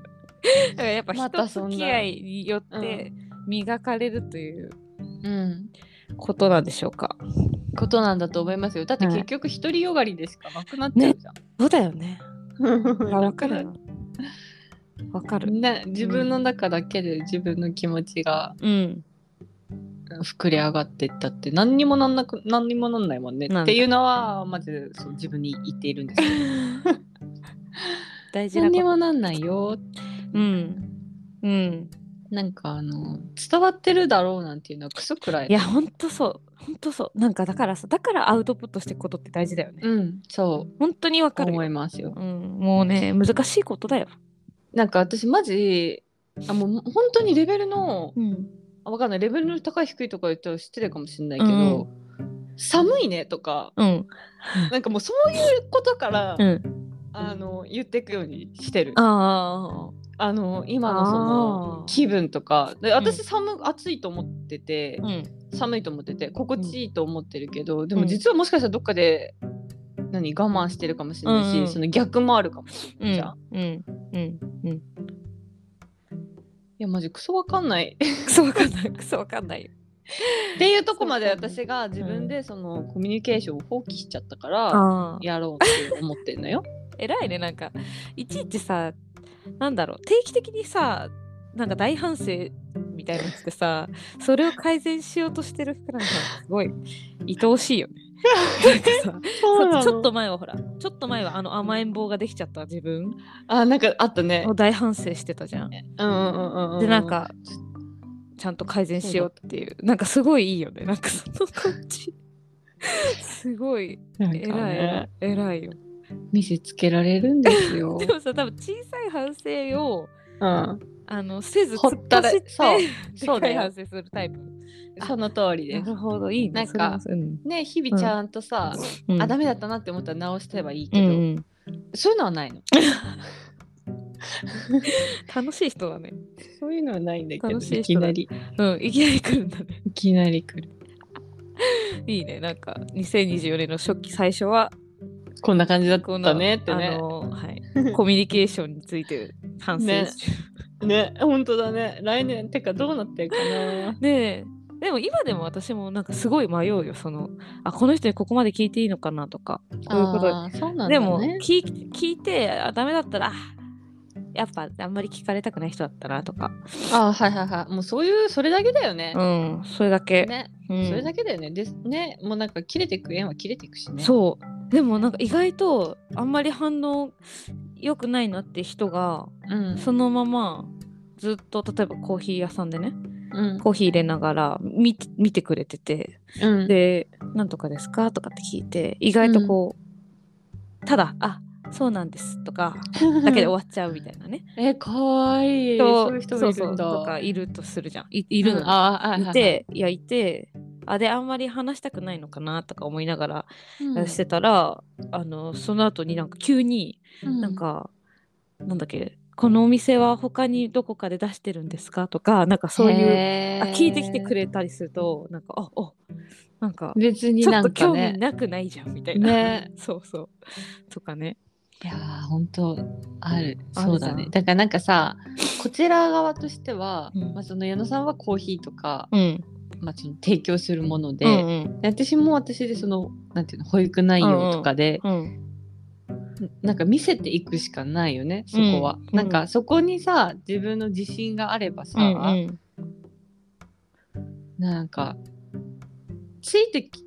[SPEAKER 1] らやっぱ
[SPEAKER 2] ま
[SPEAKER 1] 人
[SPEAKER 2] たそんな
[SPEAKER 1] 付き合いによっ
[SPEAKER 2] う
[SPEAKER 1] て磨かれるという
[SPEAKER 2] うん
[SPEAKER 1] ことなんでしょうか。
[SPEAKER 2] ことなんだと思いますよだって
[SPEAKER 1] はい
[SPEAKER 2] 結局独りよがりでしかなくなっちゃうじゃん、
[SPEAKER 1] そうだよね。あわか
[SPEAKER 2] な
[SPEAKER 1] る。わかる。
[SPEAKER 2] ね、自分の中だけで自分の気持ちが
[SPEAKER 1] うん。
[SPEAKER 2] 膨れ上がってったって何にもなんなく何にもなんないもんね
[SPEAKER 1] なんない
[SPEAKER 2] っていうのはまずそう自分に言っているんですよ
[SPEAKER 1] 大事な
[SPEAKER 2] 何に
[SPEAKER 1] こ
[SPEAKER 2] もなんないよ
[SPEAKER 1] と。うん。うん。
[SPEAKER 2] なんかあの伝わってるだろうなんていうのはクソくらい
[SPEAKER 1] いや、ほんとそう。ほんとそう。なんかだからさ、だからアウトプットしていくことって大事だよね。
[SPEAKER 2] うんそう
[SPEAKER 1] 本当にわかる
[SPEAKER 2] 思
[SPEAKER 1] よ。
[SPEAKER 2] いますよ
[SPEAKER 1] うん。もうね、難しいことだよ。
[SPEAKER 2] なんか私マジあもう本当にレベルの
[SPEAKER 1] うん。
[SPEAKER 2] あわかんないレベルの高い低いとか言ったら知ってるかもしれないけど、寒いねとか
[SPEAKER 1] うん。
[SPEAKER 2] なんかもうそういうことから、
[SPEAKER 1] うん。
[SPEAKER 2] あの言っていくようにしてるあ
[SPEAKER 1] あ
[SPEAKER 2] の今のそ
[SPEAKER 1] あー
[SPEAKER 2] の気分とかで
[SPEAKER 1] う
[SPEAKER 2] 私寒、暑いと思ってて
[SPEAKER 1] あ。うん。
[SPEAKER 2] 寒いと思ってて心地いいと思ってるけど、で
[SPEAKER 1] う
[SPEAKER 2] も
[SPEAKER 1] ん
[SPEAKER 2] 実はもしかしたらどっかで何我慢してるかもしれないし、
[SPEAKER 1] うんうん
[SPEAKER 2] その逆もあるかもしれ
[SPEAKER 1] う
[SPEAKER 2] ない
[SPEAKER 1] ん
[SPEAKER 2] じゃん、い。
[SPEAKER 1] うん。うん。うん。
[SPEAKER 2] やマジクソわかんない
[SPEAKER 1] くそわかんない。くそわかんないよ。
[SPEAKER 2] っていうとこまで
[SPEAKER 1] そうそう
[SPEAKER 2] 私が自分でそのコミュニケーションを放棄しちゃったから、
[SPEAKER 1] ああ。
[SPEAKER 2] やろうって思ってんのよ。
[SPEAKER 1] 偉いねなんかいちいちさなんだろう定期的にさなんか大反省みたいなのしてさそれを改善しようとしてる福永さんすごい愛おしいよ ね。なんかさそうちょっと前はほらちょっと前はあの甘えん坊ができちゃった自分
[SPEAKER 2] あなんかあったね
[SPEAKER 1] を。大反省してたじゃん。
[SPEAKER 2] うんうんうんうん。
[SPEAKER 1] でなんかちゃんと改善しようっていうなんかすごいいいよねなんかその感じすごい
[SPEAKER 2] なんかね
[SPEAKER 1] 偉い偉いよ。
[SPEAKER 2] 見せつけられるんです よ。
[SPEAKER 1] でもさ多分小さい反省を
[SPEAKER 2] うん。
[SPEAKER 1] あのせず
[SPEAKER 2] ほ
[SPEAKER 1] 突っ
[SPEAKER 2] ったら
[SPEAKER 1] 走って
[SPEAKER 2] そう
[SPEAKER 1] で
[SPEAKER 2] そ
[SPEAKER 1] か
[SPEAKER 2] うだ
[SPEAKER 1] い
[SPEAKER 2] よ
[SPEAKER 1] 反省するタイプ。
[SPEAKER 2] その通り
[SPEAKER 1] な
[SPEAKER 2] です。
[SPEAKER 1] るほど、いいね。
[SPEAKER 2] なんか
[SPEAKER 1] それも
[SPEAKER 2] ね日々ちゃんとさ、
[SPEAKER 1] うん、うん
[SPEAKER 2] あダメだったなって思ったら直せばいいけ
[SPEAKER 1] うん
[SPEAKER 2] ど、
[SPEAKER 1] うん
[SPEAKER 2] そういうのはないの。
[SPEAKER 1] 楽しい人だね。
[SPEAKER 2] そういうのはないんだけど
[SPEAKER 1] 楽しい
[SPEAKER 2] い
[SPEAKER 1] 人
[SPEAKER 2] き
[SPEAKER 1] だ
[SPEAKER 2] なり
[SPEAKER 1] うん、いきなり来るんだね。
[SPEAKER 2] いきなり来る。
[SPEAKER 1] いいね。なんか、2024年の初期最初は、
[SPEAKER 2] こんな感じだっ
[SPEAKER 1] こ
[SPEAKER 2] た
[SPEAKER 1] の、
[SPEAKER 2] ねって
[SPEAKER 1] あ
[SPEAKER 2] ね。
[SPEAKER 1] のはい、コミュニケーションについて反省
[SPEAKER 2] ね
[SPEAKER 1] 中。
[SPEAKER 2] ね本当だね。来年てかどうなってるかな。
[SPEAKER 1] で、でも今でも私もなんかすごい迷うよ。その、あ、この人にここまで聞いていいのかなとか。こういうこと
[SPEAKER 2] あーそうなんだね。
[SPEAKER 1] でも聞い、聞いて、あ、ダメだったら、あやっぱあんまり聞かれたくない人だったなとか。
[SPEAKER 2] あーはいはいはい。もうそういうそれだけだよね。
[SPEAKER 1] うん、それだけ。
[SPEAKER 2] ね。
[SPEAKER 1] うん、
[SPEAKER 2] それだけだよね。ですね、もうなんか切れてく縁は切れていくしね。
[SPEAKER 1] そうでもなんか意外とあんまり反応良くないなって人が
[SPEAKER 2] うん。
[SPEAKER 1] そのままずっと例えばコーヒー屋さんでね
[SPEAKER 2] うん。
[SPEAKER 1] コーヒー入れながら見て見てくれてて
[SPEAKER 2] うん。
[SPEAKER 1] で「なんとかですか?」とかって聞いて意外とこう、ただ「あそうなんです」とかだけで終わっちゃうみたいなね
[SPEAKER 2] え、かわいい。
[SPEAKER 1] と
[SPEAKER 2] そういう人もいるんだ。
[SPEAKER 1] そうそうとかいるとするじゃんいいるの
[SPEAKER 2] う
[SPEAKER 1] に
[SPEAKER 2] んああ、はいはいはい
[SPEAKER 1] い、ていやいてあであんまり話したくないのかなとか思いながら
[SPEAKER 2] うん
[SPEAKER 1] してたら、あのその後になんか急に
[SPEAKER 2] うん
[SPEAKER 1] なんか、なんだっけこのお店は他にどこかで出してるんですかとかなんかそういう
[SPEAKER 2] へ
[SPEAKER 1] あ
[SPEAKER 2] ー
[SPEAKER 1] 聞いてきてくれたりするとなんかあおなんか
[SPEAKER 2] 別に
[SPEAKER 1] ちょ
[SPEAKER 2] な
[SPEAKER 1] っと
[SPEAKER 2] んか
[SPEAKER 1] 興味
[SPEAKER 2] ね。
[SPEAKER 1] なくないじゃんみたいな、
[SPEAKER 2] ね
[SPEAKER 1] そうそうとかね
[SPEAKER 2] いやー、本当ある。
[SPEAKER 1] ある
[SPEAKER 2] そうだね
[SPEAKER 1] じゃ。ん
[SPEAKER 2] だからなんかさ、こちら側としては、
[SPEAKER 1] うん
[SPEAKER 2] まあその矢野さんはコーヒーとか、
[SPEAKER 1] うん
[SPEAKER 2] まあその提供するもので、
[SPEAKER 1] うんうん
[SPEAKER 2] で私も私でその、なんていうの、保育内容とかで、
[SPEAKER 1] うん
[SPEAKER 2] なんか見せていくしかないよねそこは、
[SPEAKER 1] うん
[SPEAKER 2] なんかそこにさ自分の自信があればさ、
[SPEAKER 1] うん
[SPEAKER 2] なんかついてき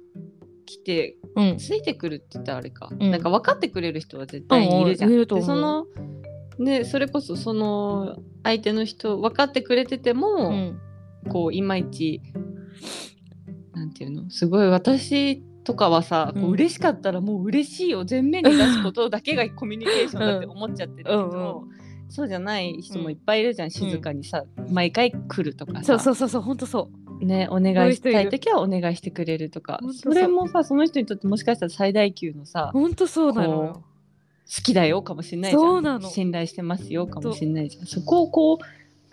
[SPEAKER 2] きて
[SPEAKER 1] うん
[SPEAKER 2] ついてくるって言ったらあれか、
[SPEAKER 1] うん
[SPEAKER 2] なんか分かってくれる人は絶対にいるじゃん。
[SPEAKER 1] うんうんいると
[SPEAKER 2] で
[SPEAKER 1] 思う
[SPEAKER 2] そのねそれこそその相手の人分かってくれてても、
[SPEAKER 1] うん
[SPEAKER 2] こういまいちなんていうのすごい私とかはさ、こ
[SPEAKER 1] うん
[SPEAKER 2] う嬉しかったらもう嬉しいを前面に出すことだけが コミュニケーションだって思っちゃってるけど、
[SPEAKER 1] うん
[SPEAKER 2] そうじゃない人もいっぱいいるじゃん、静かにさ毎回来るとか
[SPEAKER 1] そ
[SPEAKER 2] さ
[SPEAKER 1] うそうそうそうほんとそ
[SPEAKER 2] ね、お願いしたい時はお願いしてくれるとか
[SPEAKER 1] ほんとそ
[SPEAKER 2] そうれもさその人にとってもしかしたら最大級の
[SPEAKER 1] う
[SPEAKER 2] さ好
[SPEAKER 1] ほんとそうなのよ
[SPEAKER 2] こきだよかもしれないじゃん
[SPEAKER 1] そうなの
[SPEAKER 2] 信頼してますよかもしれないじゃんそこをこう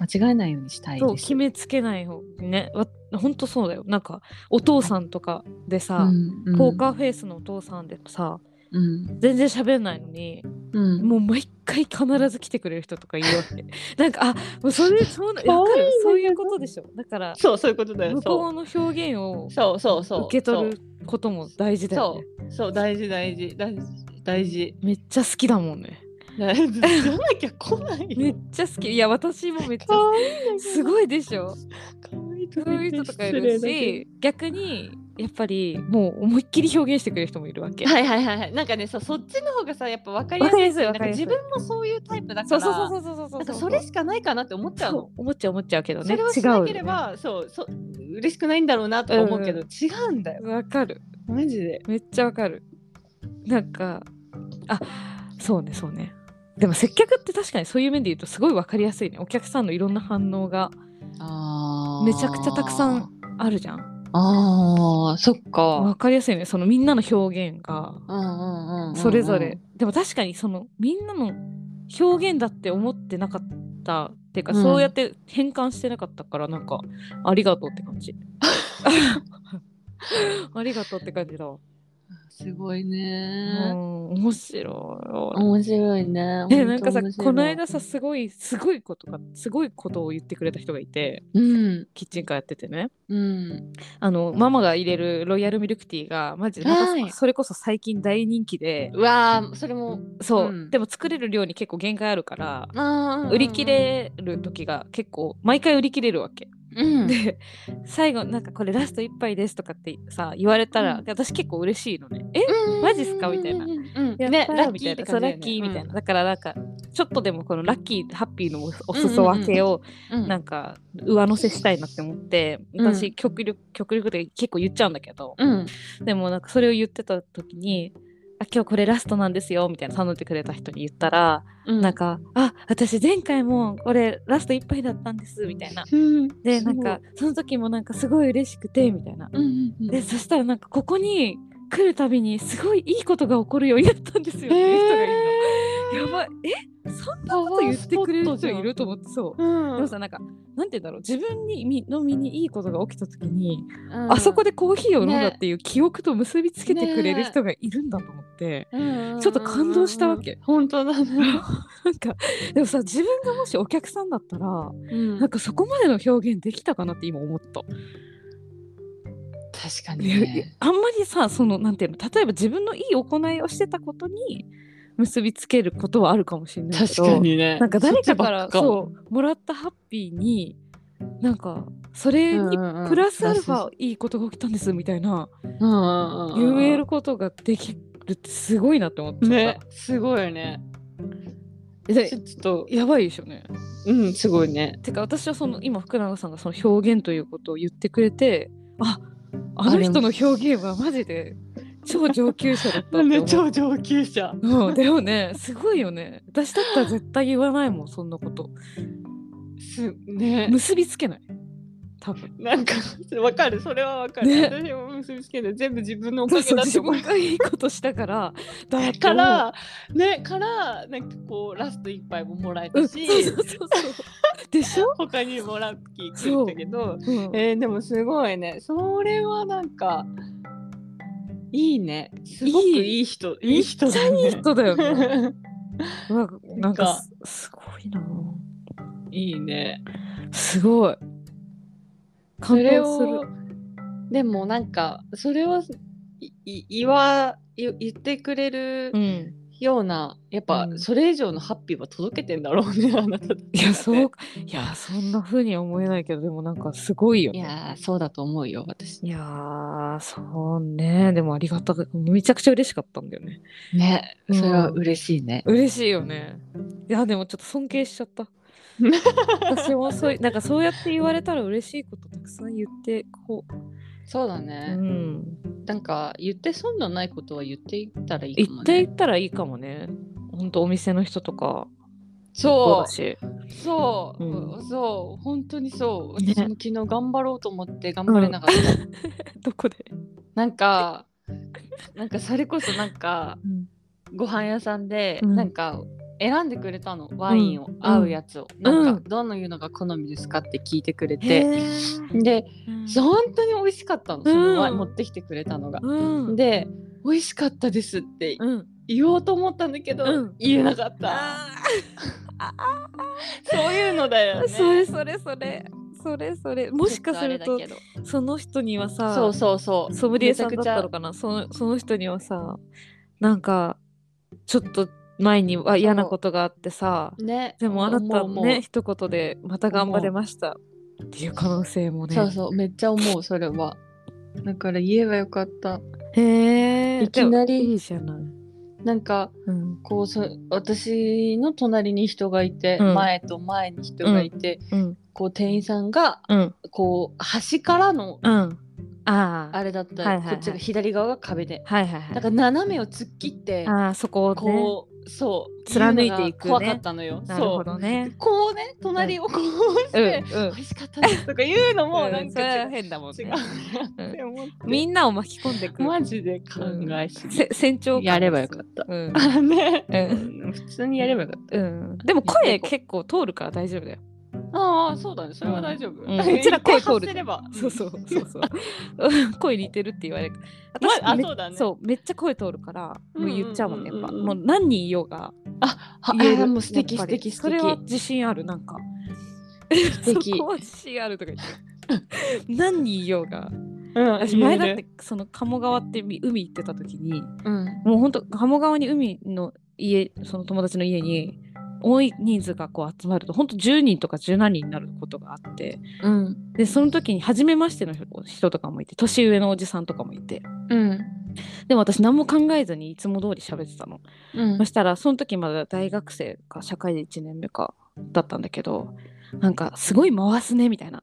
[SPEAKER 2] 間違えないようにしたい
[SPEAKER 1] そう
[SPEAKER 2] です。
[SPEAKER 1] 決めつけない方ねわほんとそうだよなんかお父さんとかでさ、
[SPEAKER 2] うんうん
[SPEAKER 1] ポーカーフェイスのお父さんでもさ
[SPEAKER 2] うん
[SPEAKER 1] 全然喋んないのに
[SPEAKER 2] うん
[SPEAKER 1] もう毎回必ず来てくれる人とかいるわ けなんかあもうそれそうな
[SPEAKER 2] 可愛い
[SPEAKER 1] わかる
[SPEAKER 2] ね
[SPEAKER 1] そういうことでしょだから
[SPEAKER 2] そうそういうことだよ
[SPEAKER 1] 向
[SPEAKER 2] そ
[SPEAKER 1] こ
[SPEAKER 2] う
[SPEAKER 1] うの表現を
[SPEAKER 2] そうそうそう
[SPEAKER 1] 受け取ることも大事だよ
[SPEAKER 2] そ
[SPEAKER 1] ね
[SPEAKER 2] うそう大事大事大事大事
[SPEAKER 1] めっちゃ好きだもんね
[SPEAKER 2] 大事 じゃなきゃ来ない
[SPEAKER 1] めっ
[SPEAKER 2] よ
[SPEAKER 1] ちゃ好きいや私もめっちゃ
[SPEAKER 2] 可
[SPEAKER 1] 好
[SPEAKER 2] 愛いんだけど
[SPEAKER 1] きすごいでしょ
[SPEAKER 2] 可愛いと
[SPEAKER 1] そう
[SPEAKER 2] か
[SPEAKER 1] い
[SPEAKER 2] 言
[SPEAKER 1] う
[SPEAKER 2] って
[SPEAKER 1] 人とかいる
[SPEAKER 2] 失礼
[SPEAKER 1] し逆にやっぱりもう思いっきり表現してくれる人もいるわけ
[SPEAKER 2] だけどはいはいはいはいなんかねそうそっちの方がさやっぱ分かり
[SPEAKER 1] わ
[SPEAKER 2] や
[SPEAKER 1] か
[SPEAKER 2] す
[SPEAKER 1] り
[SPEAKER 2] い
[SPEAKER 1] やすい
[SPEAKER 2] なん
[SPEAKER 1] わか
[SPEAKER 2] か
[SPEAKER 1] りやす
[SPEAKER 2] 自
[SPEAKER 1] い
[SPEAKER 2] 分もそういうタイプだから
[SPEAKER 1] そうそうそうそうそうそう
[SPEAKER 2] なんかそれしかないかなって思っちゃうの
[SPEAKER 1] そう思っちゃう思っちゃうけど
[SPEAKER 2] そ
[SPEAKER 1] ね
[SPEAKER 2] れを
[SPEAKER 1] 違
[SPEAKER 2] しな
[SPEAKER 1] う
[SPEAKER 2] けれ
[SPEAKER 1] よね
[SPEAKER 2] ば、そうそう嬉しくないんだろうなとか思うけど、
[SPEAKER 1] う
[SPEAKER 2] 違うんだよ
[SPEAKER 1] わかる
[SPEAKER 2] マジで
[SPEAKER 1] めっちゃわかるなんかあそうねそうねでも接客って確かにそういう面で言うとすごいわかりやすいねお客さんのいろんな反応がーめちゃくちゃたくさんあるじゃん
[SPEAKER 2] あーそっか、
[SPEAKER 1] わかりやすいねそのみんなの表現が
[SPEAKER 2] うんうんうんうんうん
[SPEAKER 1] それぞれ、でも確かにそのみんなの表現だって思ってなかったっていうか、
[SPEAKER 2] うん
[SPEAKER 1] そうやって変換してなかったからなんかありがとうって感じありがとうって感じだわ、
[SPEAKER 2] すごいうね、
[SPEAKER 1] ん、面白い
[SPEAKER 2] 面白いね
[SPEAKER 1] えなんかさこの間
[SPEAKER 2] さ、
[SPEAKER 1] さすごいすごいことがすごいことを言ってくれた人がいて
[SPEAKER 2] うん
[SPEAKER 1] キッチンカーやっててね
[SPEAKER 2] うん、
[SPEAKER 1] あのママが入れるロイヤルミルクティーがマジでなんか
[SPEAKER 2] はい
[SPEAKER 1] それこそ最近大人気で
[SPEAKER 2] うわーそれも
[SPEAKER 1] そう、
[SPEAKER 2] うん
[SPEAKER 1] でも作れる量に結構限界あるから
[SPEAKER 2] あー
[SPEAKER 1] 売り切、れる時が結構毎回売り切れるわけ、
[SPEAKER 2] うん、
[SPEAKER 1] で最後なんかこれラスト1杯ですとかってさ言われたら、
[SPEAKER 2] うん
[SPEAKER 1] 私結構嬉しいのねえ
[SPEAKER 2] マ
[SPEAKER 1] マジっすかみたいな
[SPEAKER 2] うん、
[SPEAKER 1] や
[SPEAKER 2] ね
[SPEAKER 1] ったー
[SPEAKER 2] ラッ
[SPEAKER 1] み
[SPEAKER 2] キー
[SPEAKER 1] たい
[SPEAKER 2] って
[SPEAKER 1] なそう
[SPEAKER 2] 感じだ
[SPEAKER 1] ラ
[SPEAKER 2] よ
[SPEAKER 1] ッ
[SPEAKER 2] ね
[SPEAKER 1] キーみたいな、だからなんかちょっとでもこのラッキーハッピーのおお裾分けを
[SPEAKER 2] うん
[SPEAKER 1] なんか上乗せしたいなって思って、
[SPEAKER 2] うん
[SPEAKER 1] 私極力極力で結構言っちゃうんだけど、
[SPEAKER 2] うん
[SPEAKER 1] でもなんかそれを言ってた時にあ今日これラストなんですよみたいな頼んでくれた人に言ったら、
[SPEAKER 2] うん
[SPEAKER 1] なんか「あ私前回もこれラストいっぱいだったんです」みたいな。
[SPEAKER 2] うん
[SPEAKER 1] ですな
[SPEAKER 2] ごい
[SPEAKER 1] んかその時もなんかすごい嬉しくてみたいな。
[SPEAKER 2] うんうんうん
[SPEAKER 1] でそしたらなんかここに来るたびにすごいいいことが起こるようになったんですよっていう人がいるの。やばいえそんなこと言ってくれる人いると思ってそう。
[SPEAKER 2] うん
[SPEAKER 1] でもさなんかなんて言うんだろう自分にみの身にいいことが起きた時に、
[SPEAKER 2] うん
[SPEAKER 1] あそこでコーヒーを飲んだ
[SPEAKER 2] ね
[SPEAKER 1] っていう記憶と結びつけてくれる人がいるんだと思って。
[SPEAKER 2] ち
[SPEAKER 1] ちょっと感動したわけ
[SPEAKER 2] 本当だね。
[SPEAKER 1] なんかでもさ自分がもしお客さんだったら
[SPEAKER 2] うん
[SPEAKER 1] なんかそこまでの表現できたかなって今思った。
[SPEAKER 2] 確か
[SPEAKER 1] いやいや。あんまりさそのなんていうの例えば自分のいい行いをしてたことに結びつけることはあるかもしれないけ
[SPEAKER 2] 確
[SPEAKER 1] ど
[SPEAKER 2] かにね。
[SPEAKER 1] なんか誰かから
[SPEAKER 2] そっちばっも
[SPEAKER 1] そうもらったハッピーになんかそれに
[SPEAKER 2] うんうんうん
[SPEAKER 1] プラスアルファいいことが起きたんですみたいな
[SPEAKER 2] うんうんうん
[SPEAKER 1] 言えることができるってすごいなって思っちゃった。
[SPEAKER 2] ね、すごいよね。
[SPEAKER 1] で
[SPEAKER 2] ちょっと、
[SPEAKER 1] やばいでしょね。
[SPEAKER 2] うん、すごいね。
[SPEAKER 1] てか私はその今福永さんがその表現ということを言ってくれてああの人の表現はマジで超上級者だったって 思
[SPEAKER 2] ね、
[SPEAKER 1] う
[SPEAKER 2] 超上級者。
[SPEAKER 1] うん、でもねすごいよね私だったら絶対言わないもんそんなこと
[SPEAKER 2] す、ね。
[SPEAKER 1] 結びつけない多分
[SPEAKER 2] なんか、わかる、それはわかる。
[SPEAKER 1] ね
[SPEAKER 2] 私も結びつけて、全部自分のお
[SPEAKER 1] そう
[SPEAKER 2] か
[SPEAKER 1] そ
[SPEAKER 2] げ
[SPEAKER 1] う
[SPEAKER 2] だって
[SPEAKER 1] 自
[SPEAKER 2] 思う
[SPEAKER 1] 分がいいことしたからだって
[SPEAKER 2] か
[SPEAKER 1] も
[SPEAKER 2] ら、ね、から、なんかこう、ラスト一杯ももらえ
[SPEAKER 1] う、うん、
[SPEAKER 2] た
[SPEAKER 1] そう
[SPEAKER 2] し、
[SPEAKER 1] そうそうそうでしょ、
[SPEAKER 2] 他にもラッキー来るんだけど、
[SPEAKER 1] うん
[SPEAKER 2] えー、でもすごいねそれはなんかいいねすごく
[SPEAKER 1] いい
[SPEAKER 2] いい人いい人だ、ね、
[SPEAKER 1] めっちゃいい人だよねうわ
[SPEAKER 2] な
[SPEAKER 1] なんん
[SPEAKER 2] か
[SPEAKER 1] かすすごいない
[SPEAKER 2] いね
[SPEAKER 1] すごい
[SPEAKER 2] そ
[SPEAKER 1] 感
[SPEAKER 2] れ
[SPEAKER 1] 動する
[SPEAKER 2] をでもなんかそれをいい言わ言言ってくれる
[SPEAKER 1] うん
[SPEAKER 2] ような、やっぱ
[SPEAKER 1] うん
[SPEAKER 2] それ以上のハッピーは届けてんだろうねあなたたち
[SPEAKER 1] い
[SPEAKER 2] は
[SPEAKER 1] や
[SPEAKER 2] ね
[SPEAKER 1] そうかいやそんな風には思えないけどでもなんかすごいよ
[SPEAKER 2] い
[SPEAKER 1] ね
[SPEAKER 2] やーそうだと思うよ私
[SPEAKER 1] いやーそうねでもありがたくめちゃくちゃ嬉しかったんだよね
[SPEAKER 2] ね
[SPEAKER 1] うん
[SPEAKER 2] それは嬉しいね、
[SPEAKER 1] 嬉しいよねいやでもちょっと尊敬しちゃった私もそういなんかそうやって言われたら嬉しいことたくさん言ってこ
[SPEAKER 2] そうだ
[SPEAKER 1] う、
[SPEAKER 2] ね
[SPEAKER 1] う、ん、
[SPEAKER 2] なんか言って損のないことは言っていったらいいか
[SPEAKER 1] 言
[SPEAKER 2] も
[SPEAKER 1] ってい
[SPEAKER 2] ね
[SPEAKER 1] ったらいいかもねほんとお店の人とかそう
[SPEAKER 2] そう
[SPEAKER 1] だし
[SPEAKER 2] そう、
[SPEAKER 1] う
[SPEAKER 2] そう本当にそう
[SPEAKER 1] ね
[SPEAKER 2] 私も昨日頑張ろうと思って頑張れなかった、
[SPEAKER 1] どこで、
[SPEAKER 2] なんかなんかそれこそなんかご飯屋さんで、
[SPEAKER 1] うん
[SPEAKER 2] なんか選んでくれたのワインを、
[SPEAKER 1] ん
[SPEAKER 2] 合うやつを、な
[SPEAKER 1] う
[SPEAKER 2] んかどのいうのが好みですかって聞いてくれて、
[SPEAKER 1] で、
[SPEAKER 2] で
[SPEAKER 1] うん
[SPEAKER 2] 本当に美味しかったのそのワイン、
[SPEAKER 1] うん
[SPEAKER 2] 持ってきてくれたのが、
[SPEAKER 1] うん、
[SPEAKER 2] で美味しかったですって
[SPEAKER 1] うん
[SPEAKER 2] 言おうと思ったんだけど、
[SPEAKER 1] うん
[SPEAKER 2] 言えなかった
[SPEAKER 1] あ
[SPEAKER 2] そういうのだよ
[SPEAKER 1] ー
[SPEAKER 2] ね
[SPEAKER 1] それそれそれそれそれもしかすると
[SPEAKER 2] ちょっあれだけ
[SPEAKER 1] その人には
[SPEAKER 2] ど
[SPEAKER 1] さ
[SPEAKER 2] そうそうそう
[SPEAKER 1] ソムリエさんだったの
[SPEAKER 2] めちゃくちゃ
[SPEAKER 1] かなそのその人にはさなんかちょっと前には嫌なことがあってさ
[SPEAKER 2] ね
[SPEAKER 1] でもあなた
[SPEAKER 2] 思う思う
[SPEAKER 1] ね一言でまた頑張れましたっていう可能性もね
[SPEAKER 2] そうそうめっちゃ思うそれはだから言えばよかった
[SPEAKER 1] へえ
[SPEAKER 2] いきなり
[SPEAKER 1] いいじゃない、
[SPEAKER 2] なんか
[SPEAKER 1] うん
[SPEAKER 2] こうそ私の隣に人がいて、
[SPEAKER 1] うん
[SPEAKER 2] 前と前に人がいて、
[SPEAKER 1] うん
[SPEAKER 2] こう店員さんが
[SPEAKER 1] うん
[SPEAKER 2] こう端からの
[SPEAKER 1] うんああ
[SPEAKER 2] あれだった、
[SPEAKER 1] はいはいはい
[SPEAKER 2] こっちが左側が壁で
[SPEAKER 1] はいはいはい
[SPEAKER 2] だから斜めを突っ切って
[SPEAKER 1] ああそこをね
[SPEAKER 2] こう、そう
[SPEAKER 1] 貫いていくね
[SPEAKER 2] 言うのが怖かったのよ
[SPEAKER 1] なるほ
[SPEAKER 2] そう
[SPEAKER 1] どね
[SPEAKER 2] こうね隣をこうし
[SPEAKER 1] うん
[SPEAKER 2] て、
[SPEAKER 1] うん
[SPEAKER 2] 美味しかったですとか言うの もなん
[SPEAKER 1] それ
[SPEAKER 2] か違
[SPEAKER 1] は
[SPEAKER 2] う、
[SPEAKER 1] 変だもん
[SPEAKER 2] 違う
[SPEAKER 1] ね
[SPEAKER 2] なって思って
[SPEAKER 1] みんなを巻き込んでく
[SPEAKER 2] マジで考えすぎ、
[SPEAKER 1] せ船長感
[SPEAKER 2] やればよかった
[SPEAKER 1] うん
[SPEAKER 2] あの ね、
[SPEAKER 1] う
[SPEAKER 2] 普通にやればよかった、
[SPEAKER 1] うん、でも声結構通るから大丈夫だよ。
[SPEAKER 2] ああそうだねそれは大丈夫、
[SPEAKER 1] うん うんうちら声通る
[SPEAKER 2] 発せれば
[SPEAKER 1] そうそうそうそう。 声似てるって言われる。私
[SPEAKER 2] まあ
[SPEAKER 1] め
[SPEAKER 2] そうだね
[SPEAKER 1] そうめっちゃ声通るから、もう言っちゃうもんね。やっぱ
[SPEAKER 2] うんうんうん
[SPEAKER 1] も
[SPEAKER 2] う
[SPEAKER 1] うん何人いようが
[SPEAKER 2] は
[SPEAKER 1] 言える。
[SPEAKER 2] あーもう素敵
[SPEAKER 1] や
[SPEAKER 2] 素
[SPEAKER 1] っぱり
[SPEAKER 2] 敵素
[SPEAKER 1] それは
[SPEAKER 2] 敵
[SPEAKER 1] 自信あるなんか。
[SPEAKER 2] 素敵
[SPEAKER 1] そこは自信あるとか言って。 何人いようが。
[SPEAKER 2] うん
[SPEAKER 1] 私前だってその鴨川って海海行ってた時に、
[SPEAKER 2] うん
[SPEAKER 1] もう本当鴨川に海の家その友達の家に。多い人数がこう集まると本当10人とか10何人になることがあって、
[SPEAKER 2] うん
[SPEAKER 1] でその時に初めましての人人とかもいて年上のおじさんとかもいて
[SPEAKER 2] うん
[SPEAKER 1] でも私何も考えずにいつも通り喋ってたの、
[SPEAKER 2] うん
[SPEAKER 1] そしたらその時まだ大学生か社会人1年目かだったんだけどなんかすごい回すねみた いな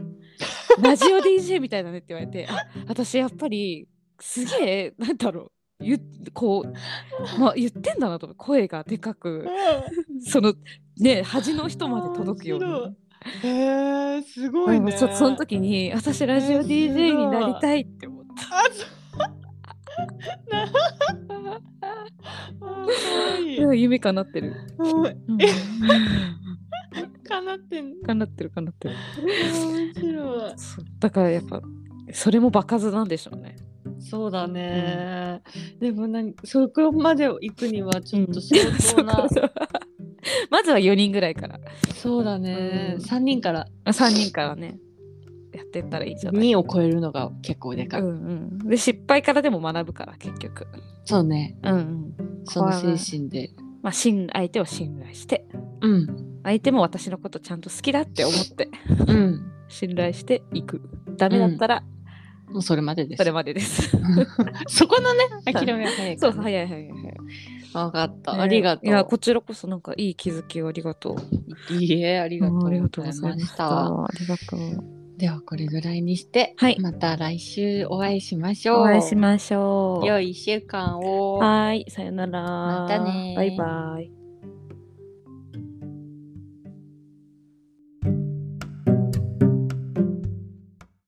[SPEAKER 1] ラジオ DJ みたいだねって言われてあ私やっぱりすげえなんだろう言っこう、まあ、言ってんだなと思って声がでかくそのね端の人まで届くよう
[SPEAKER 2] 面
[SPEAKER 1] に
[SPEAKER 2] 白い。へえすごいね、
[SPEAKER 1] うんそその時に私ラジオ DJ になりたいって思った。
[SPEAKER 2] あそうなあー可愛
[SPEAKER 1] い
[SPEAKER 2] い
[SPEAKER 1] や夢叶ってる。
[SPEAKER 2] うん
[SPEAKER 1] うん
[SPEAKER 2] かなってん
[SPEAKER 1] 叶ってる叶ってる。
[SPEAKER 2] 面白い
[SPEAKER 1] そうだからやっぱそれも場数なんでしょうね。
[SPEAKER 2] そうだね、でもなんそこまで行くにはちょっと相当な、
[SPEAKER 1] そうそう まずは4人ぐらいから
[SPEAKER 2] そうだね、
[SPEAKER 1] うん
[SPEAKER 2] 3人から
[SPEAKER 1] 3人からねやってったらいいんじゃない
[SPEAKER 2] 2を超えるのが結構でか
[SPEAKER 1] う
[SPEAKER 2] い、
[SPEAKER 1] んうん、で失敗からでも学ぶから結局、
[SPEAKER 2] そうね
[SPEAKER 1] うんうん
[SPEAKER 2] その
[SPEAKER 1] 怖い
[SPEAKER 2] 精
[SPEAKER 1] ね
[SPEAKER 2] 神で
[SPEAKER 1] まあ、信相手を信頼して
[SPEAKER 2] うん
[SPEAKER 1] 相手も私のことちゃんと好きだって思って
[SPEAKER 2] うん
[SPEAKER 1] 信頼していくダメだったら
[SPEAKER 2] もうそれまでです
[SPEAKER 1] それまでです、
[SPEAKER 2] そこのね諦めは早い
[SPEAKER 1] そ
[SPEAKER 2] か
[SPEAKER 1] う
[SPEAKER 2] ら、ね、
[SPEAKER 1] 早い早い早い
[SPEAKER 2] 分かった、
[SPEAKER 1] ね
[SPEAKER 2] ありがとう
[SPEAKER 1] いやこちらこそなんかいい気づきをありがとう
[SPEAKER 2] いいえありがとう
[SPEAKER 1] ありがと
[SPEAKER 2] ご
[SPEAKER 1] う
[SPEAKER 2] ざ
[SPEAKER 1] ござ
[SPEAKER 2] い
[SPEAKER 1] い
[SPEAKER 2] ま
[SPEAKER 1] まし。
[SPEAKER 2] した
[SPEAKER 1] ありがとう。
[SPEAKER 2] ではこれぐらいにして、
[SPEAKER 1] はい
[SPEAKER 2] また来週お会いしましょう
[SPEAKER 1] お会いしましょう。
[SPEAKER 2] 良い1週間を
[SPEAKER 1] はーい、さよなら。
[SPEAKER 2] またねー
[SPEAKER 1] バイバイ。